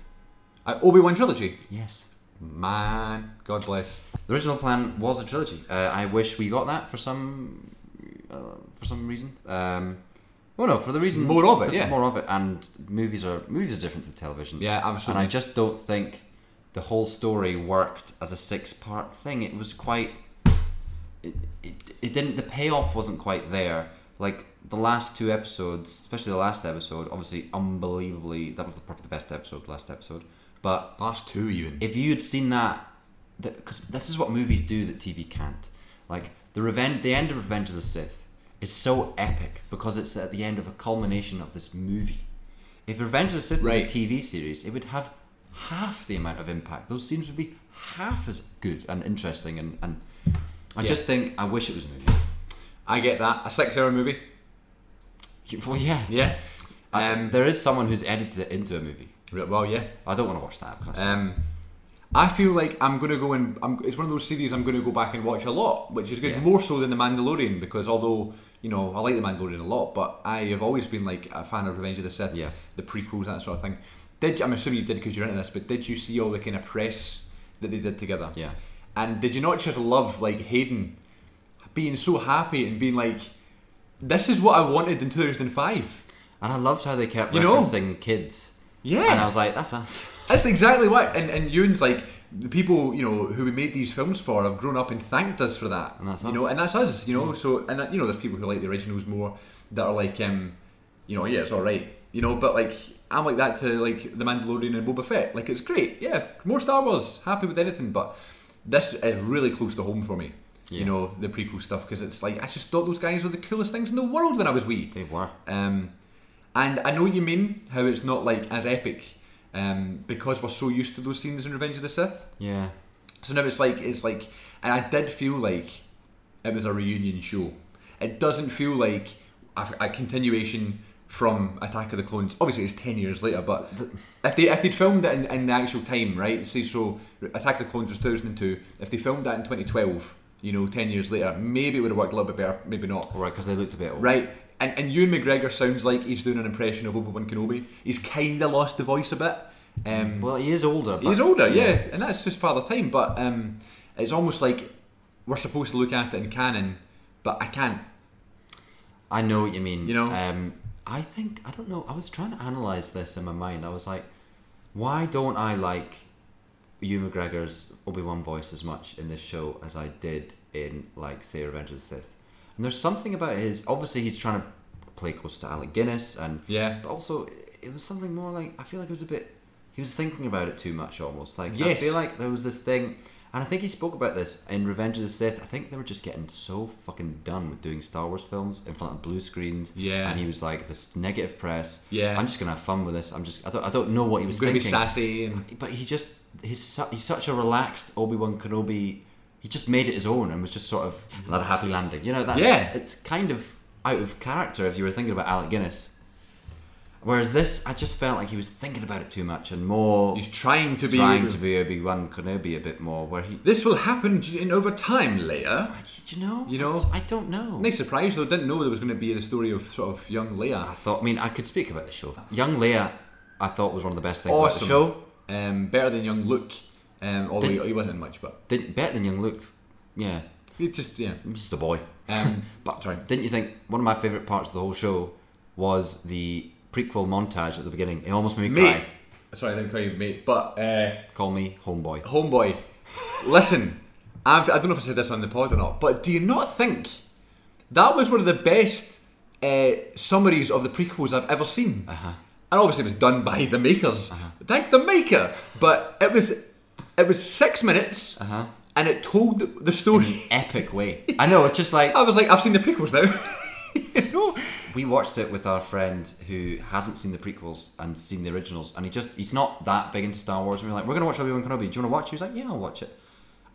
[SPEAKER 2] Oh,
[SPEAKER 1] Obi Wan trilogy.
[SPEAKER 2] Yes.
[SPEAKER 1] Man, God bless.
[SPEAKER 2] The original plan was a trilogy. Uh, I wish we got that for some uh, for some reason. Um, well, no, for the reason
[SPEAKER 1] More of it,
[SPEAKER 2] just
[SPEAKER 1] yeah.
[SPEAKER 2] more of it. And movies are movies are different to television.
[SPEAKER 1] Yeah,
[SPEAKER 2] and I
[SPEAKER 1] absolutely.
[SPEAKER 2] just don't think the whole story worked as a six part thing. It was quite. It, it, it didn't. The payoff wasn't quite there. Like the last two episodes, especially the last episode, obviously unbelievably that was probably the best episode. Last episode, but
[SPEAKER 1] Last two, even.
[SPEAKER 2] if you had seen that, because this is what movies do that TV can't. Like the revenge, the end of Revenge of the Sith is so epic because it's at the end of a culmination of this movie. If Revenge of the Sith
[SPEAKER 1] Right.
[SPEAKER 2] was a TV series, it would have half the amount of impact. Those scenes would be half as good and interesting. And, and I
[SPEAKER 1] Yeah.
[SPEAKER 2] just think I wish it was a movie.
[SPEAKER 1] I get that. A six hour movie.
[SPEAKER 2] Yeah, Well, yeah.
[SPEAKER 1] Yeah.
[SPEAKER 2] I-
[SPEAKER 1] Um,
[SPEAKER 2] there is someone who's edited it into a movie.
[SPEAKER 1] re- well, yeah.
[SPEAKER 2] I don't want to watch that. Because
[SPEAKER 1] Um, I feel like I'm gonna go and I'm, it's one of those series I'm gonna go back and watch a lot, which is good
[SPEAKER 2] Yeah.
[SPEAKER 1] more so than the Mandalorian because although you know I like the Mandalorian a lot, but I have always been like a fan of Revenge of the Sith,
[SPEAKER 2] Yeah.
[SPEAKER 1] the prequels that sort of thing. Did I'm assuming you did because you're into this, but did you see all the kind of press that they did together?
[SPEAKER 2] Yeah.
[SPEAKER 1] And did you not just love like Hayden being so happy and being like, this is what I wanted in 2005?
[SPEAKER 2] and I loved how they kept
[SPEAKER 1] You know-
[SPEAKER 2] referencing kids.
[SPEAKER 1] Yeah.
[SPEAKER 2] And I was like, that's us.
[SPEAKER 1] That's exactly what. And and Ewan's like the people you know who we made these films for have grown up and thanked us for that.
[SPEAKER 2] And that's
[SPEAKER 1] you
[SPEAKER 2] us. Mm.
[SPEAKER 1] know, and that's us. You know, so and uh, you know, there's people who like the originals more that are like, um, you know, yeah, it's all right. You know, but like I'm like that to like the Mandalorian and Boba Fett. Like it's great. Yeah, more Star Wars. Happy with anything, but this is really close to home for me. You
[SPEAKER 2] Yeah.
[SPEAKER 1] know the prequel stuff because it's like I just thought those guys were the coolest things in the world when I was wee.
[SPEAKER 2] They were.
[SPEAKER 1] Um, and I know what you mean how it's not like as epic um, because we're so used to those scenes in Revenge of the Sith.
[SPEAKER 2] Yeah.
[SPEAKER 1] So now it's like it's like, and I did feel like it was a reunion show. It doesn't feel like a, a continuation from Attack of the Clones. Obviously, it's ten years later, but if they if they'd filmed it in, in the actual time, right? Say so, Attack of the Clones was two thousand and two. If they filmed that in twenty twelve, you know, ten years later, maybe it would have worked a little bit better. Maybe not.
[SPEAKER 2] All right, because they looked a bit old.
[SPEAKER 1] Right. And, and Ewan McGregor sounds like he's doing an impression of Obi-Wan Kenobi. He's kind of lost the voice a bit. Um,
[SPEAKER 2] Well, he is older. But
[SPEAKER 1] he's older, yeah. and that's just father time. But um, it's almost like we're supposed to look at it in canon, but I can't.
[SPEAKER 2] I know what you mean.
[SPEAKER 1] You know?
[SPEAKER 2] Um, I think I don't know. I was trying to analyze this in my mind. I was like, why don't I like Ewan McGregor's Obi Wan voice as much in this show as I did in like say Revenge of the Sith? And there's something about his. Obviously, he's trying to play close to Alec Guinness, and
[SPEAKER 1] Yeah.
[SPEAKER 2] but also it was something more like I feel like it was a bit. He was thinking about it too much, almost. Like I
[SPEAKER 1] Yes.
[SPEAKER 2] feel like there was this thing, and I think he spoke about this in Revenge of the Sith. I think they were just getting so fucking done with doing Star Wars films in front of blue screens.
[SPEAKER 1] Yeah.
[SPEAKER 2] and he was like this negative press.
[SPEAKER 1] Yeah.
[SPEAKER 2] I'm just gonna have fun with this. I'm just. I don't. I don't know what he was
[SPEAKER 1] He's going to be
[SPEAKER 2] thinking.
[SPEAKER 1] sassy and
[SPEAKER 2] But he just. He's su- he's such a relaxed Obi Wan Kenobi. He just made it his own and was just sort of another happy landing. You know that's
[SPEAKER 1] Yeah.
[SPEAKER 2] It's kind of out of character if you were thinking about Alec Guinness. Whereas this, I just felt like he was thinking about it too much and more
[SPEAKER 1] he's trying to be.
[SPEAKER 2] trying to be Obi Wan Kenobi a bit more. Where he,
[SPEAKER 1] This will happen d- in over time later.
[SPEAKER 2] did you know?
[SPEAKER 1] You know?
[SPEAKER 2] I don't know.
[SPEAKER 1] Nice surprise though. Didn't know there was going to be the story of sort of young
[SPEAKER 2] I
[SPEAKER 1] Leia.
[SPEAKER 2] thought. I mean, I could speak about the show. Young Leia, I thought was one of the best things about
[SPEAKER 1] Awesome
[SPEAKER 2] the show.
[SPEAKER 1] Um, better than young Luke. Um, although
[SPEAKER 2] Did-
[SPEAKER 1] he, he wasn't in much, but
[SPEAKER 2] Didn't better than Young Luke. Yeah,
[SPEAKER 1] he just yeah.
[SPEAKER 2] I'm just a boy.
[SPEAKER 1] Um, but sorry.
[SPEAKER 2] Didn't you think one of my favorite parts of the whole show was the prequel montage at the beginning? It almost made me
[SPEAKER 1] mate.
[SPEAKER 2] cry.
[SPEAKER 1] Sorry, I didn't call you mate, but uh,
[SPEAKER 2] Call me homeboy.
[SPEAKER 1] homeboy, listen. I've, I don't know if I said this on the pod or not, but do you not think that was one of the best uh, summaries of the prequels I've ever seen? Uh-huh. And obviously, it was done by the makers. Thank the maker, but it was it was six minutes, uh-huh. and it told the, the story.
[SPEAKER 2] Epic way. I know. It's just like
[SPEAKER 1] I was like, I've seen the prequels now. you know?
[SPEAKER 2] we watched it with our friend who hasn't seen the prequels and seen the originals, and he just he's not that big into Star Wars. And we are like, we're gonna watch Obi Wan Kenobi. Do you want to watch? He was like, yeah, I'll watch it.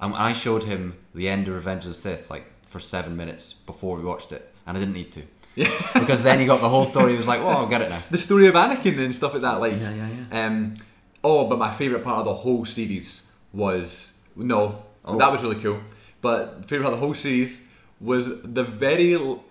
[SPEAKER 2] Um, and I showed him the end of Revenge of the Sith, like for seven minutes before we watched it, and I didn't need to. because then he got the whole story. He was like, "Well, I get it now."
[SPEAKER 1] the story of Anakin and stuff like that. Like,
[SPEAKER 2] Yeah, yeah,
[SPEAKER 1] Um, oh, but my favorite part of the whole series was no, that was really cool. But favorite part of the whole series was the very, l-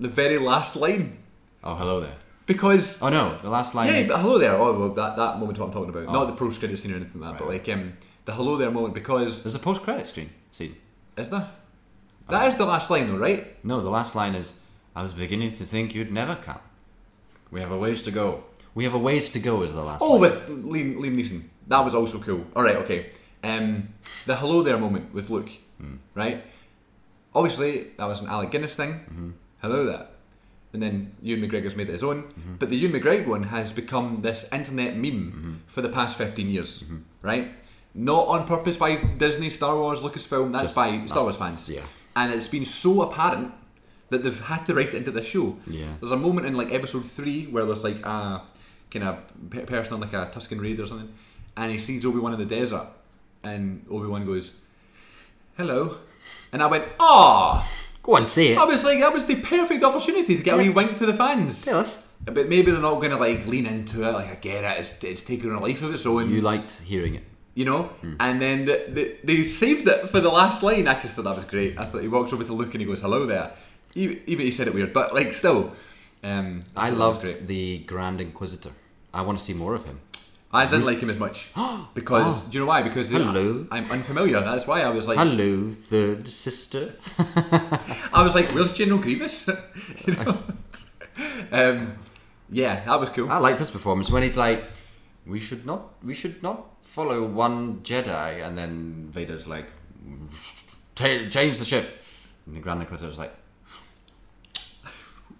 [SPEAKER 1] the very last line
[SPEAKER 2] Oh, hello there.
[SPEAKER 1] because
[SPEAKER 2] Oh no, the last line
[SPEAKER 1] yeah,
[SPEAKER 2] is
[SPEAKER 1] but hello there. Oh, well, that that moment's what I'm talking about.
[SPEAKER 2] Oh.
[SPEAKER 1] Not the post credit scene or anything like that, but like um, the hello there moment because
[SPEAKER 2] there's a post-credit screen scene.
[SPEAKER 1] is there. That is the last line, though, right?
[SPEAKER 2] No, the last line is, "I was beginning to think you'd never come. We have a ways to go. We have a ways to go." Is the last.
[SPEAKER 1] Oh,
[SPEAKER 2] line.
[SPEAKER 1] with Liam, Liam Neeson. That was also cool. All right, okay. Um, the hello there moment with Luke,
[SPEAKER 2] Hmm.
[SPEAKER 1] right? Obviously, that was an Alec Guinness thing.
[SPEAKER 2] Mm-hmm.
[SPEAKER 1] Hello there. And then Ewan McGregor's made it his own.
[SPEAKER 2] Mm-hmm.
[SPEAKER 1] But the Ewan McGregor one has become this internet meme for the past 15 years,
[SPEAKER 2] Mm-hmm.
[SPEAKER 1] right? Not on purpose by Disney, Star Wars, Lucasfilm, that's
[SPEAKER 2] Just-
[SPEAKER 1] by Star Wars
[SPEAKER 2] that's-
[SPEAKER 1] fans.
[SPEAKER 2] yeah.
[SPEAKER 1] And it's been so apparent that they've had to write it into the show.
[SPEAKER 2] Yeah.
[SPEAKER 1] There's a moment in like episode three where there's like a kind of pe- person on like a Tuscan raid or something, and he sees Obi Wan in the desert, and Obi Wan goes, "Hello," and I went, "Ah!"
[SPEAKER 2] go and say it.
[SPEAKER 1] I was like, that was the perfect opportunity to get a wee wink to the fans.
[SPEAKER 2] Tell us.
[SPEAKER 1] But maybe they're not going to like lean into it. Like I get it, it's, it's taking a life of its own
[SPEAKER 2] You Hmm. liked hearing it.
[SPEAKER 1] you know. And then the, the, they saved it for the last line. I just thought that was great. I thought he walks over to Luke and he goes, "Hello there," even, even he said it weird, but like still, um,
[SPEAKER 2] I
[SPEAKER 1] thought that was great.
[SPEAKER 2] loved the Grand Inquisitor. I want to see more of him.
[SPEAKER 1] I didn't like him as much because do you know why? Because
[SPEAKER 2] Oh. Hello.
[SPEAKER 1] I'm unfamiliar. That's why I was like,
[SPEAKER 2] Hello, third sister.
[SPEAKER 1] I was like, "Where's General Grievous?" you know. um, yeah, that was cool.
[SPEAKER 2] I liked his performance when he's like, "We should not, we should not follow one Jedi," and then Vader's like, "Ta- "Change the ship," and the Grand Inquisitor's like,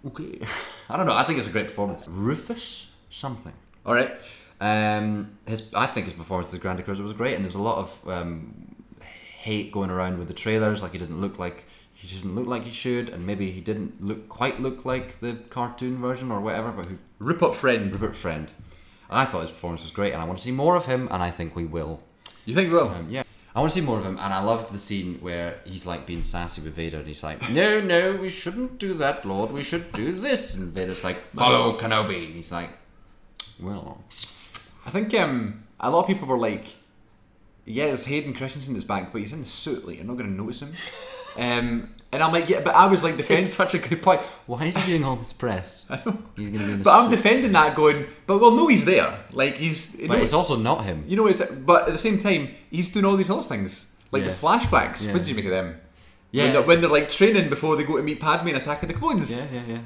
[SPEAKER 2] "Okay." I don't know. I think it's a great performance. Rufus something.
[SPEAKER 1] All right.
[SPEAKER 2] Um, his, I think his performance as Grand Inquisitor was great, and there was a lot of um, hate going around with the trailers. Like he didn't look like he didn't look like he should, and maybe he didn't look quite look like the cartoon version or whatever. But who
[SPEAKER 1] Rupert Friend.
[SPEAKER 2] Rupert Friend. I thought his performance was great, and I want to see more of him, and I think we will.
[SPEAKER 1] You think well?
[SPEAKER 2] Um, yeah, I want to see more of him, and I loved the scene where he's like being sassy with Vader, and he's like, "No, no, we shouldn't do that, Lord. We should do this." And Vader's like, "Follow Kenobi," and he's like, "Well,
[SPEAKER 1] I think um, a lot of people were like, "Yeah, it's Hayden Christensen is back, but he's in the suit. Like, you're not going to notice him." um, and I'm like, "Yeah," but I was like
[SPEAKER 2] it's
[SPEAKER 1] defending.
[SPEAKER 2] such a good point. Why is he doing all this press? I
[SPEAKER 1] know.
[SPEAKER 2] He's gonna be in a
[SPEAKER 1] But I'm
[SPEAKER 2] suit.
[SPEAKER 1] defending that, going, "But well, no, he's there. Like he's, you
[SPEAKER 2] But
[SPEAKER 1] know,
[SPEAKER 2] it's also not him.
[SPEAKER 1] you know, it's. But at the same time, he's doing all these other things, like
[SPEAKER 2] Yeah.
[SPEAKER 1] the flashbacks.
[SPEAKER 2] Yeah.
[SPEAKER 1] What did you make of them?
[SPEAKER 2] Yeah.
[SPEAKER 1] when they're, when they're like training before they go to meet Padme in Attack of the Clones.
[SPEAKER 2] Yeah, yeah, yeah.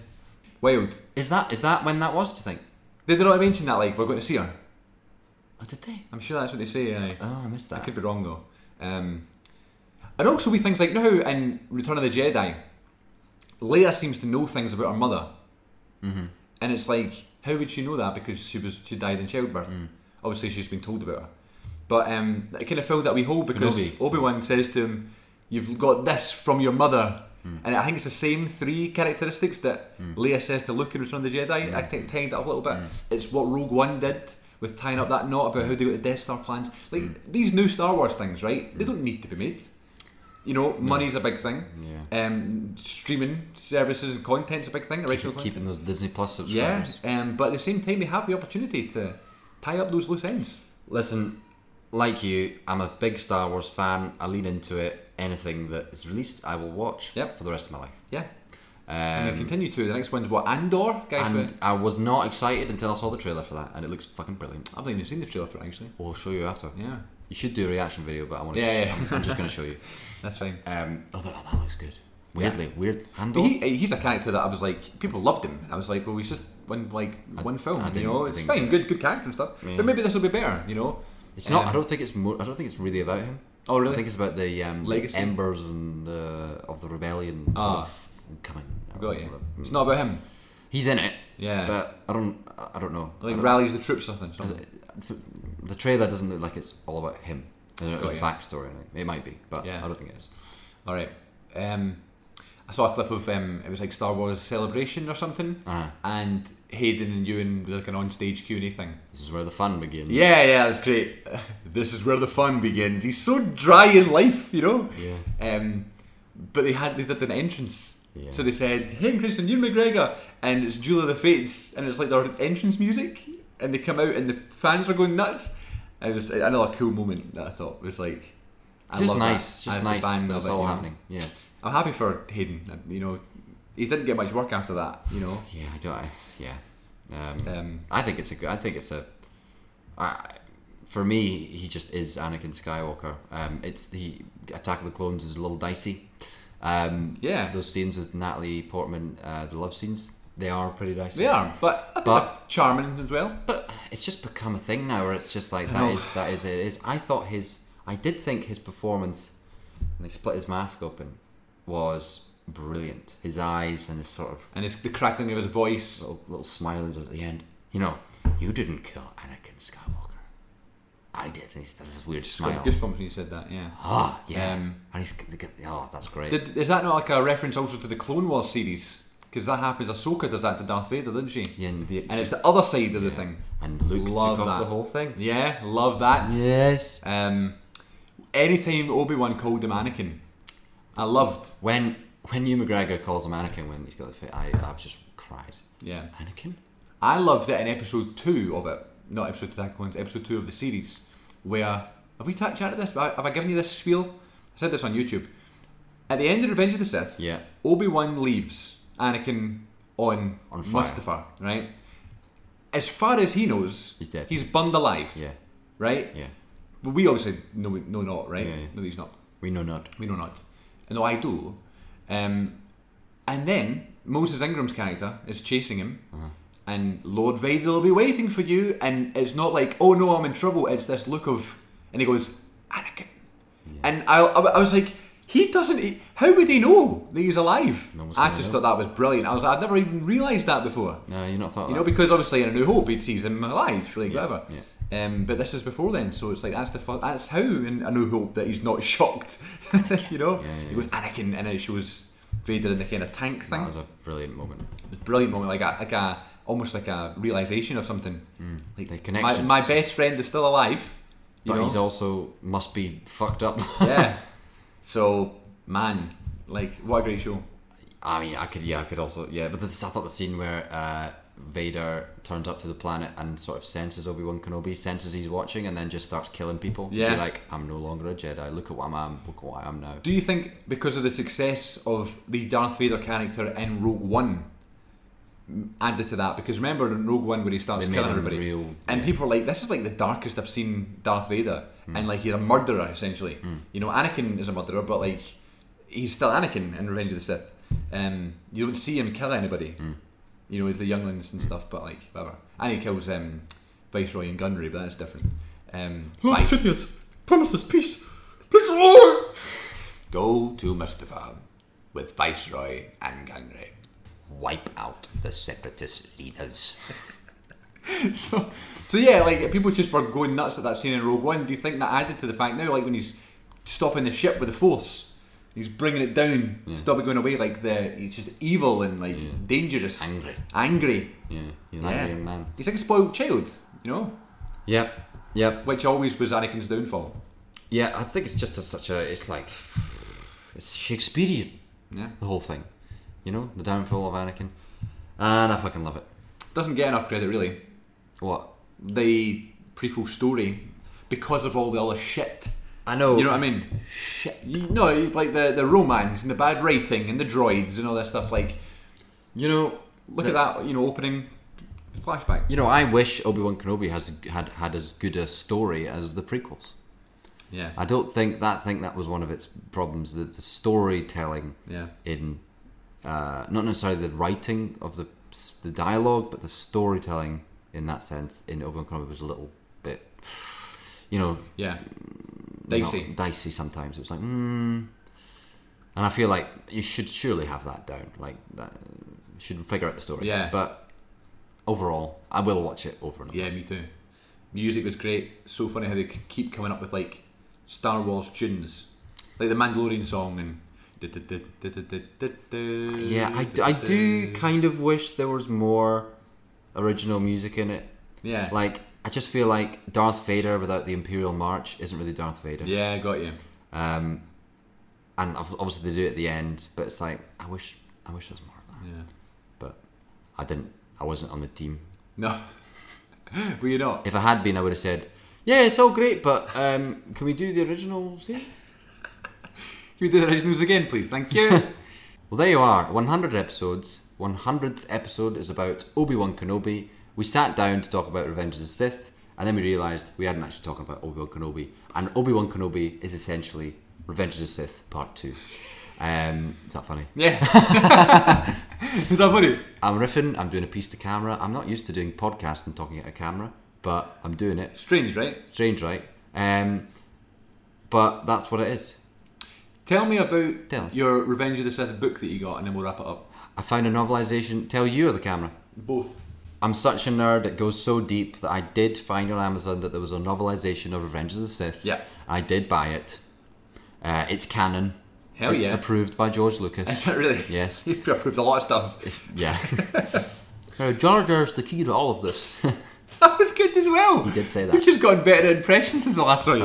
[SPEAKER 1] Wild.
[SPEAKER 2] Is that is that when that was? Do you think?
[SPEAKER 1] Did they not mention that? Like we're going to see her.
[SPEAKER 2] Oh, did they?
[SPEAKER 1] I'm sure that's what they say. aye.
[SPEAKER 2] Oh, I missed that.
[SPEAKER 1] I could be wrong though. Um, and also we things like now in Return of the Jedi, Leia seems to know things about her mother, and it's like how would she know that because she was she died in childbirth? Obviously she's been told about her, but um, it kind of filled that wee hole because
[SPEAKER 2] Kenobi.
[SPEAKER 1] Obi Wan says to him, "You've got this from your mother." And I think it's the same three characteristics that Leia says to Luke in Return of the Jedi. I think tying it up a little bit. It's what Rogue One did with tying up that knot about how they got the Death Star plans. Like these new Star Wars things, right? They don't need to be made. You know, money's a big thing.
[SPEAKER 2] Yeah.
[SPEAKER 1] Um, streaming services and content's a big thing. Original content.
[SPEAKER 2] Keeping those Disney Plus
[SPEAKER 1] Yeah.
[SPEAKER 2] subscribers.
[SPEAKER 1] Um, but at the same time, they have the opportunity to tie up those loose ends.
[SPEAKER 2] Listen, like you, I'm a big Star Wars fan. I lean into it. Anything that is released, I will watch
[SPEAKER 1] Yep.
[SPEAKER 2] for the rest of my life.
[SPEAKER 1] Yeah. And they
[SPEAKER 2] Um,
[SPEAKER 1] continue to. The next one's what Andor. Guy
[SPEAKER 2] and
[SPEAKER 1] for,
[SPEAKER 2] I was not excited until I saw the trailer for that, and it looks fucking brilliant.
[SPEAKER 1] I've not even seen the trailer for it actually.
[SPEAKER 2] We'll show you after.
[SPEAKER 1] Yeah.
[SPEAKER 2] You should do a reaction video, but I want to.
[SPEAKER 1] Yeah, yeah.
[SPEAKER 2] I'm, I'm just going to show you.
[SPEAKER 1] That's fine.
[SPEAKER 2] Um, oh, that, that looks good. Weirdly, weird handle.
[SPEAKER 1] He, he's a character that I was like, people loved him. I was like, well, he's just one like one film,
[SPEAKER 2] I
[SPEAKER 1] you
[SPEAKER 2] didn't-
[SPEAKER 1] know.
[SPEAKER 2] I
[SPEAKER 1] It's
[SPEAKER 2] didn't
[SPEAKER 1] fine, good, good character and stuff.
[SPEAKER 2] Yeah.
[SPEAKER 1] But maybe this will be better, you know.
[SPEAKER 2] It's not. I
[SPEAKER 1] Um,
[SPEAKER 2] don't think it's. More, I don't think it's really about him.
[SPEAKER 1] Oh, really?
[SPEAKER 2] I think it's about the um, the
[SPEAKER 1] Legacy?
[SPEAKER 2] embers and uh, of the rebellion sort
[SPEAKER 1] Ah.
[SPEAKER 2] of coming.
[SPEAKER 1] Got you. It's not about him.
[SPEAKER 2] Mm. He's in it.
[SPEAKER 1] Yeah.
[SPEAKER 2] But I don't. I I don't know. I
[SPEAKER 1] like
[SPEAKER 2] don't-
[SPEAKER 1] rallies the troops or something. something.
[SPEAKER 2] the trailer doesn't look like it's all about him. I don't know
[SPEAKER 1] Got
[SPEAKER 2] his
[SPEAKER 1] you.
[SPEAKER 2] backstory. or anything. It might be, but
[SPEAKER 1] Yeah.
[SPEAKER 2] I don't think it is.
[SPEAKER 1] All right. Um, I saw a clip of um, it was like Star Wars Celebration or something,
[SPEAKER 2] Uh,
[SPEAKER 1] and Hayden and Ewan were like an on-stage Q and A thing.
[SPEAKER 2] this is where the fun begins.
[SPEAKER 1] Yeah, yeah, that's great. this is where the fun begins. He's so dry in life, you know.
[SPEAKER 2] Yeah.
[SPEAKER 1] Um, but they had they did an entrance.
[SPEAKER 2] Yeah.
[SPEAKER 1] So they said, "Hey, I'm Christian, you're McGregor," and it's Duel of the Fates, and it's like their entrance music, and they come out, and the fans are going nuts. And it was another cool moment that I thought was like, I
[SPEAKER 2] It's just
[SPEAKER 1] love
[SPEAKER 2] nice.
[SPEAKER 1] That.
[SPEAKER 2] It's just
[SPEAKER 1] As the
[SPEAKER 2] nice.
[SPEAKER 1] fan
[SPEAKER 2] That's
[SPEAKER 1] of it,
[SPEAKER 2] all
[SPEAKER 1] you know.
[SPEAKER 2] happening. Yeah.
[SPEAKER 1] I'm happy for Hayden. You know, he didn't get much work after that. You know,
[SPEAKER 2] Yeah. I don't. I, yeah. Um,
[SPEAKER 1] um,
[SPEAKER 2] I think it's a good. I think it's a. I, for me, he just is Anakin Skywalker. Um, it's the Attack of the Clones is a little dicey. Um,
[SPEAKER 1] yeah,
[SPEAKER 2] Those scenes with Natalie Portman, uh, the love scenes, they are pretty dicey.
[SPEAKER 1] they are, but I think
[SPEAKER 2] But-
[SPEAKER 1] they're charming as well.
[SPEAKER 2] But it's just become a thing now, where it's just like
[SPEAKER 1] I
[SPEAKER 2] that
[SPEAKER 1] know.
[SPEAKER 2] is that is it is. I thought his, I did think his performance, when they split his mask open, was brilliant. His eyes and his sort of
[SPEAKER 1] And it's the crackling of his voice.
[SPEAKER 2] little little smile he does at the end. You know, you didn't kill Anakin Skywalker. I did. And he does this weird smile.
[SPEAKER 1] Got goosebumps when you said that. Yeah.
[SPEAKER 2] Ah, yeah.
[SPEAKER 1] Um,
[SPEAKER 2] and he's they get- oh, that's great.
[SPEAKER 1] Did, is that not like a reference also to the Clone Wars series? Because that happens. Ahsoka does that to Darth Vader, doesn't she?
[SPEAKER 2] yeah, and, the,
[SPEAKER 1] And it's the other side of the thing.
[SPEAKER 2] and Luke took
[SPEAKER 1] Love
[SPEAKER 2] off
[SPEAKER 1] that.
[SPEAKER 2] the whole thing.
[SPEAKER 1] Yeah, love that.
[SPEAKER 2] Yes.
[SPEAKER 1] Um, anytime Obi Wan called him Anakin, I loved.
[SPEAKER 2] When when Hugh McGregor calls him Anakin when he's got the fit, I I've just cried.
[SPEAKER 1] Yeah,
[SPEAKER 2] Anakin.
[SPEAKER 1] I loved it in episode two of it. Not episode two, Attack of the Clones, episode two of the series, where have we ta- chatted this? Have I given you this spiel? I said this on YouTube. At the end of Revenge of the Sith,
[SPEAKER 2] Yeah.
[SPEAKER 1] Obi Wan leaves Anakin on,
[SPEAKER 2] On fire.
[SPEAKER 1] Mustafa, right? As far as he knows,
[SPEAKER 2] He's dead.
[SPEAKER 1] He's burned alive,
[SPEAKER 2] Yeah.
[SPEAKER 1] right?
[SPEAKER 2] Yeah.
[SPEAKER 1] But we obviously know, know not, right?
[SPEAKER 2] Yeah, yeah.
[SPEAKER 1] No, he's not.
[SPEAKER 2] We know not.
[SPEAKER 1] We know not. No, I do. Um, and then Moses Ingram's character is chasing him,
[SPEAKER 2] Uh-huh.
[SPEAKER 1] and Lord Vader will be waiting for you. And it's not like, oh no, I'm in trouble. It's this look of, and he goes, Anakin. And I, I, I was like, he doesn't. He, how would he know that he's alive?
[SPEAKER 2] No one's
[SPEAKER 1] I
[SPEAKER 2] gonna
[SPEAKER 1] just
[SPEAKER 2] know.
[SPEAKER 1] thought that was brilliant. I was, like, I've never even realised that before.
[SPEAKER 2] No, you're not thought.
[SPEAKER 1] You
[SPEAKER 2] that.
[SPEAKER 1] know, because obviously in A New Hope, he sees him alive, like whatever.
[SPEAKER 2] yeah.
[SPEAKER 1] Um, but this is before then, so it's like that's the fu- that's how in A New Hope that he's not shocked. you know,
[SPEAKER 2] Yeah, yeah,
[SPEAKER 1] he goes Anakin, and it shows Vader in the kind of tank thing.
[SPEAKER 2] that was a brilliant moment.
[SPEAKER 1] Brilliant moment, like a like a almost like a realization of something. Like
[SPEAKER 2] The
[SPEAKER 1] my,
[SPEAKER 2] connections.
[SPEAKER 1] my best friend is still alive. You
[SPEAKER 2] Hmm. But
[SPEAKER 1] know?
[SPEAKER 2] he's also must be fucked up.
[SPEAKER 1] yeah. So man, like what a great show.
[SPEAKER 2] I mean, I could, yeah, I could also, yeah. But this, I thought the scene where uh, Vader turns up to the planet and sort of senses Obi Wan Kenobi, senses he's watching, and then just starts killing people. to be
[SPEAKER 1] Yeah.
[SPEAKER 2] like I'm no longer a Jedi. Look at what I'm. Look at what I am now.
[SPEAKER 1] Do you think because of the success of the Darth Vader character in Rogue One, m- added to that? Because remember in Rogue One where he starts
[SPEAKER 2] They made
[SPEAKER 1] killing
[SPEAKER 2] him
[SPEAKER 1] everybody,
[SPEAKER 2] real.
[SPEAKER 1] and people are like, "This is like the darkest I've seen Darth Vader,"
[SPEAKER 2] Hmm.
[SPEAKER 1] and like he's a murderer essentially. You know, Anakin is a murderer, but like he's still Anakin in Revenge of the Sith. Um, you don't see him kill anybody.
[SPEAKER 2] Hmm.
[SPEAKER 1] You know, it's the younglings and stuff, but like whatever. And he kills um, Viceroy and Gunnery, but that's different. Um, by-
[SPEAKER 2] Sidious, promise us peace. Please, Lord.
[SPEAKER 1] Go to Mustafa with Viceroy and Gunray. Wipe out the separatist leaders. so, so yeah, like people just were going nuts at that scene in Rogue One. Do you think that added to the fact now, like when he's stopping the ship with the Force, he's bringing it down, stop it going away, like the he's just evil and like dangerous,
[SPEAKER 2] Angry.
[SPEAKER 1] angry.
[SPEAKER 2] Yeah, he's an
[SPEAKER 1] Yeah.
[SPEAKER 2] angry young man.
[SPEAKER 1] He's like a spoiled child, you know,
[SPEAKER 2] Yep, yep.
[SPEAKER 1] which always was Anakin's downfall.
[SPEAKER 2] Yeah, I think it's just a, such a. It's like it's Shakespearean.
[SPEAKER 1] Yeah,
[SPEAKER 2] The whole thing, you know, the downfall of Anakin, and I fucking love it.
[SPEAKER 1] doesn't get enough credit really.
[SPEAKER 2] What?
[SPEAKER 1] the prequel story because of all the other shit.
[SPEAKER 2] I know.
[SPEAKER 1] You know what I mean? Shit. You know, like the the romance and the bad writing and the droids and all that stuff. Like,
[SPEAKER 2] You know,
[SPEAKER 1] look at that. You know, opening flashback.
[SPEAKER 2] You know, I wish Obi Wan Kenobi has had had as good a story as the prequels.
[SPEAKER 1] Yeah.
[SPEAKER 2] I don't think that think that was one of its problems. The, the storytelling
[SPEAKER 1] Yeah.
[SPEAKER 2] in uh, not necessarily the writing of the s- the dialogue, but the storytelling in that sense in Obi Wan Kenobi was a little bit, you know,
[SPEAKER 1] Yeah.
[SPEAKER 2] not-
[SPEAKER 1] Dicey.
[SPEAKER 2] dicey sometimes. It was like, mm. and I feel like you should surely have that down. Like that you should figure out the story.
[SPEAKER 1] Yeah.
[SPEAKER 2] But overall, I will watch it over and over.
[SPEAKER 1] Yeah, me too. Music was great. So funny how they c- keep coming up with like Star Wars tunes, like the Mandalorian song and.
[SPEAKER 2] Yeah, I, d- I do kind of wish there was more original music in it.
[SPEAKER 1] Yeah.
[SPEAKER 2] Like, I just feel like Darth Vader without the Imperial March isn't really Darth Vader.
[SPEAKER 1] Yeah, got you.
[SPEAKER 2] Um, and ob- obviously they do it at the end, but it's like I wish I wish it was more. like that.
[SPEAKER 1] Yeah.
[SPEAKER 2] But I didn't. I wasn't on the team.
[SPEAKER 1] No. Were you not?
[SPEAKER 2] If I had been, I would have said, "Yeah, it's all great, but um, can we do the originals here?"
[SPEAKER 1] Can we do the originals again, please? Thank you.
[SPEAKER 2] Well, there you are. 100 episodes. 100th episode is about Obi Wan Kenobi. We sat down to talk about Revenge of the Sith, and then we realised we hadn't actually talked about Obi Wan Kenobi. And Obi Wan Kenobi is essentially Revenge of the Sith Part 2. Um, is that funny?
[SPEAKER 1] yeah. Is that funny?
[SPEAKER 2] I'm riffing, I'm doing a piece to camera. I'm not used to doing podcasts and talking at a camera, but I'm doing it.
[SPEAKER 1] Strange, right?
[SPEAKER 2] Strange, right? Um, but that's what it is.
[SPEAKER 1] Tell me about
[SPEAKER 2] Tell us.
[SPEAKER 1] your Revenge of the Sith book that you got, and then we'll wrap it up.
[SPEAKER 2] I found a novelisation. Tell you or the camera?
[SPEAKER 1] Both.
[SPEAKER 2] I'm such a nerd, it goes so deep that I did find on Amazon that there was a novelization of Revenge of the Sith.
[SPEAKER 1] Yeah.
[SPEAKER 2] I did buy it. Uh, it's canon.
[SPEAKER 1] Hell
[SPEAKER 2] it's
[SPEAKER 1] yeah.
[SPEAKER 2] approved by George Lucas.
[SPEAKER 1] Is that really?
[SPEAKER 2] yes.
[SPEAKER 1] You approved a lot of stuff.
[SPEAKER 2] Yeah. Now, Jar Jar's the key to all of this.
[SPEAKER 1] That was good as well. You
[SPEAKER 2] did say that.
[SPEAKER 1] You've just gotten better impression since the last one.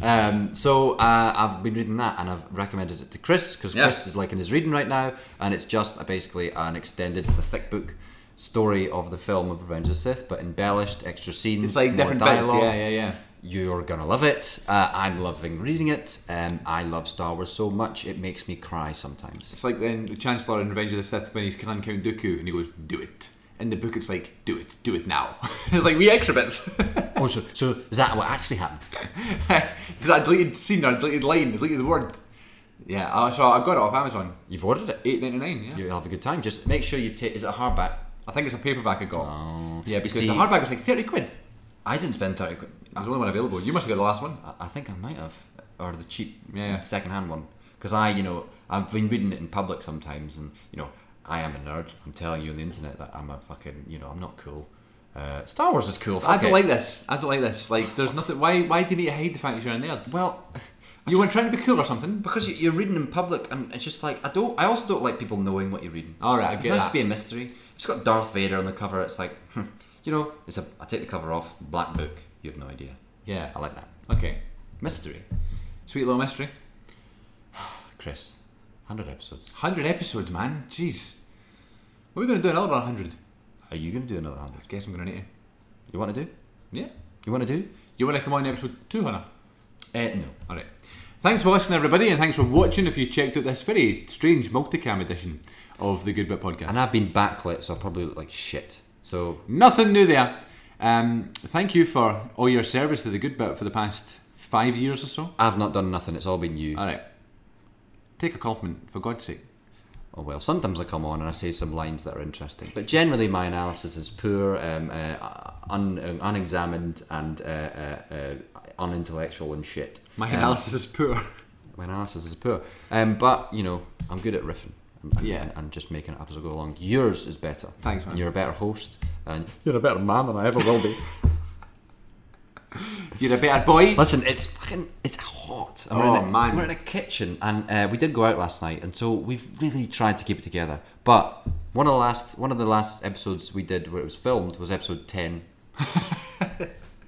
[SPEAKER 2] um, so uh, I've been reading that and I've recommended it to Chris because
[SPEAKER 1] Yeah.
[SPEAKER 2] Chris is like in his reading right now and it's just a, basically an extended, it's a thick book story of the film of Revenge of the Sith but embellished, extra scenes,
[SPEAKER 1] It's like
[SPEAKER 2] more
[SPEAKER 1] different bits.
[SPEAKER 2] dialogue.
[SPEAKER 1] Yeah, yeah, yeah.
[SPEAKER 2] You're gonna love it. Uh, I'm loving reading it. Um, I love Star Wars so much it makes me cry sometimes.
[SPEAKER 1] It's like when the Chancellor in Revenge of the Sith when he's killing Count Dooku and he goes, "Do it." In the book, it's like, "Do it, do it now." it's like we extra bits.
[SPEAKER 2] oh, so, so is that what actually happened?
[SPEAKER 1] Is that a deleted scene or a deleted line, a deleted word? Yeah. Uh, so I got it off Amazon,
[SPEAKER 2] You've ordered it.
[SPEAKER 1] eight ninety nine. Yeah.
[SPEAKER 2] You'll have a good time. Just make sure you take. Is it a hardback?
[SPEAKER 1] I think it's a paperback I got.
[SPEAKER 2] Oh,
[SPEAKER 1] Yeah,
[SPEAKER 2] You
[SPEAKER 1] because
[SPEAKER 2] see,
[SPEAKER 1] the hardback was like thirty quid. It
[SPEAKER 2] I didn't spend thirty quid.
[SPEAKER 1] was the only one available. You must have got the last one.
[SPEAKER 2] I I think I might have, or the cheap
[SPEAKER 1] Yeah.
[SPEAKER 2] second-hand one. Because I, you know, I've been reading it in public sometimes, and you know, I am a nerd. I'm telling you on the internet that I'm a fucking, you know, I'm not cool. Uh, Star Wars is cool.
[SPEAKER 1] I
[SPEAKER 2] fuck
[SPEAKER 1] don't
[SPEAKER 2] it.
[SPEAKER 1] like this. I don't like this. Like, there's nothing. Why? Why do you need to hide the fact you're a nerd?
[SPEAKER 2] Well,
[SPEAKER 1] you weren't trying to be cool or something.
[SPEAKER 2] because you- you're reading in public, and it's just like I don't. I also don't like people knowing what you're reading.
[SPEAKER 1] All right, I
[SPEAKER 2] it's
[SPEAKER 1] get
[SPEAKER 2] nice
[SPEAKER 1] that.
[SPEAKER 2] to be a mystery. It's got Darth Vader on the cover. It's like, hmm, you know, it's a. I take the cover off. Black book. You have no idea.
[SPEAKER 1] Yeah.
[SPEAKER 2] I like that
[SPEAKER 1] Okay.
[SPEAKER 2] mystery.
[SPEAKER 1] Sweet little mystery.
[SPEAKER 2] Chris, hundred episodes.
[SPEAKER 1] Hundred episodes, man. Jeez. What are we going to do another hundred?
[SPEAKER 2] Are you going to do another hundred?
[SPEAKER 1] I guess I'm going to need
[SPEAKER 2] You want to do?
[SPEAKER 1] to. Yeah.
[SPEAKER 2] You want to do?
[SPEAKER 1] You want to come on episode 200?
[SPEAKER 2] Uh, no.
[SPEAKER 1] All right. Thanks for listening, everybody, and thanks for watching. If you checked out this very strange multicam edition of the Good Bit Podcast,
[SPEAKER 2] And I've been backlit, so I probably look like shit. So
[SPEAKER 1] nothing new there. Um, thank you for all your service to the Good Bit for the past five years or so.
[SPEAKER 2] I've not done nothing. It's all been you.
[SPEAKER 1] All right. Take a compliment, for God's sake.
[SPEAKER 2] Oh well, sometimes I come on and I say some lines that are interesting, but generally my analysis is poor, um, uh, un- uh, unexamined, and uh, uh, uh, unintellectual and shit.
[SPEAKER 1] My
[SPEAKER 2] Um,
[SPEAKER 1] analysis is poor.
[SPEAKER 2] my analysis is poor, um, but you know I'm good at riffing. And, and,
[SPEAKER 1] Yeah.
[SPEAKER 2] and, and just making it up as I go along. Yours is better.
[SPEAKER 1] Thanks, man.
[SPEAKER 2] And you're a better host, and
[SPEAKER 3] You're a better man than I ever will be.
[SPEAKER 1] You're a better boy.
[SPEAKER 2] Listen, it's fucking it's hot. And
[SPEAKER 1] Oh,
[SPEAKER 2] we're, in a,
[SPEAKER 1] man.
[SPEAKER 2] we're in a kitchen, and uh, we did go out last night, and so we've really tried to keep it together. But one of the last one of the last episodes we did where it was filmed was episode ten.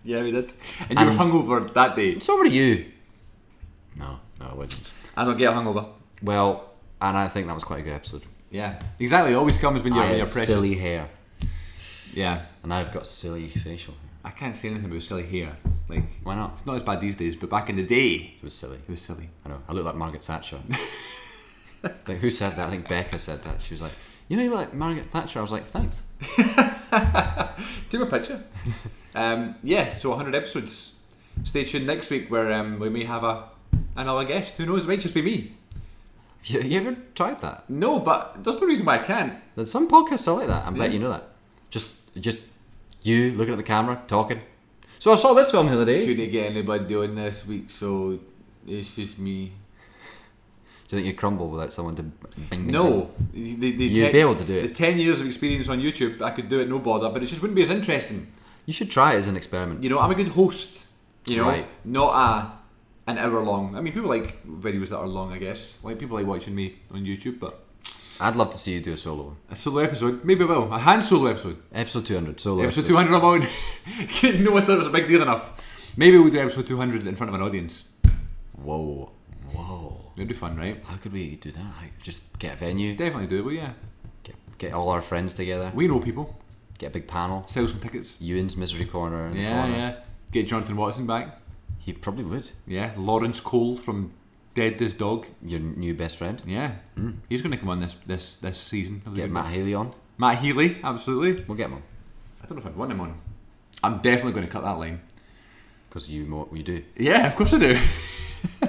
[SPEAKER 1] Yeah, we did. And you were hungover that day.
[SPEAKER 2] So were you? No, no, I wasn't.
[SPEAKER 1] I don't get hungover.
[SPEAKER 2] Well, and I think that was quite a good episode.
[SPEAKER 1] Yeah, exactly. It always comes when you're,
[SPEAKER 2] I
[SPEAKER 1] when
[SPEAKER 2] had
[SPEAKER 1] you're pressed.
[SPEAKER 2] silly hair,
[SPEAKER 1] Yeah,
[SPEAKER 2] and I've got silly facial hair.
[SPEAKER 1] I can't say anything about silly hair. Like,
[SPEAKER 2] Why not?
[SPEAKER 1] it's not as bad these days, but back in the day,
[SPEAKER 2] It was silly.
[SPEAKER 1] it was silly.
[SPEAKER 2] I know. I look like Margaret Thatcher. like who said that? I think Becca said that. She was like, "You know, you look like Margaret Thatcher." I was like, "Thanks."
[SPEAKER 1] Take a picture. um, yeah, so 100 episodes. Stay tuned next week where um, we may have a another guest. Who knows? It might just be me.
[SPEAKER 2] Have you, you ever tried that?
[SPEAKER 1] No, but there's no reason why I can't.
[SPEAKER 2] There's some podcasts are like that. I bet
[SPEAKER 1] Yeah.
[SPEAKER 2] you know that. Just, just you looking at the camera, talking. So I saw this film the other day. Do
[SPEAKER 1] Couldn't get anybody on this week, so it's just me.
[SPEAKER 2] you think you crumble without someone to? Bing, bing, bing?
[SPEAKER 1] No, the, the, the
[SPEAKER 2] You'd
[SPEAKER 1] ten-
[SPEAKER 2] be able to do it.
[SPEAKER 1] The 10 years of experience on YouTube, I could do it no bother, but it just wouldn't be as interesting.
[SPEAKER 2] You should try it as an experiment.
[SPEAKER 1] you know, I'm a good host. You know,
[SPEAKER 2] Right.
[SPEAKER 1] not a an hour long. I mean, people like videos that are long, I guess. Like people like watching me on YouTube, but
[SPEAKER 2] I'd love to see you do a solo one.
[SPEAKER 1] a solo episode, maybe I will. A hand solo episode,
[SPEAKER 2] Episode 200, solo.
[SPEAKER 1] episode
[SPEAKER 2] Episode,
[SPEAKER 1] 200. I'm on. Didn't know I thought it was a big deal enough. Maybe we'll do episode 200 in front of an audience.
[SPEAKER 2] Whoa, whoa.
[SPEAKER 1] It'd be fun, right?
[SPEAKER 2] How could we do that? Like, just get a venue,
[SPEAKER 1] Definitely doable, yeah.
[SPEAKER 2] get, get all our friends together,
[SPEAKER 1] We know people.
[SPEAKER 2] get a big panel.
[SPEAKER 1] Sell some tickets.
[SPEAKER 2] Ewan's Misery Corner. In the
[SPEAKER 1] Yeah,
[SPEAKER 2] corner.
[SPEAKER 1] yeah. Get Jonathan Watson back.
[SPEAKER 2] He probably would.
[SPEAKER 1] Yeah. Lawrence Cole from Dead This Dog.
[SPEAKER 2] Your new best friend.
[SPEAKER 1] Yeah. mm. He's going to come on this this this season. of the
[SPEAKER 2] Get
[SPEAKER 1] Good
[SPEAKER 2] Matt Haley on.
[SPEAKER 1] Book. Matt Healy, absolutely.
[SPEAKER 2] We'll get him on.
[SPEAKER 1] I don't know if I'd want him on. I'm definitely going to cut that line.
[SPEAKER 2] Because you know what you do.
[SPEAKER 1] Yeah, of course I do.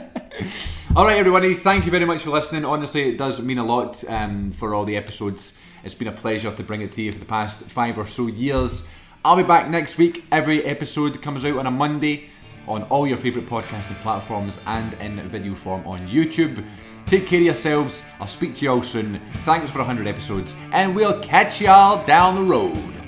[SPEAKER 1] all right, everybody, thank you very much for listening. Honestly, it does mean a lot um, for all the episodes. It's been a pleasure to bring it to you for the past five or so years. I'll be back next week. Every episode comes out on a Monday on all your favourite podcasting platforms and in video form on YouTube. Take care of yourselves. I'll speak to you all soon. Thanks for 100 episodes, and we'll catch y'all down the road.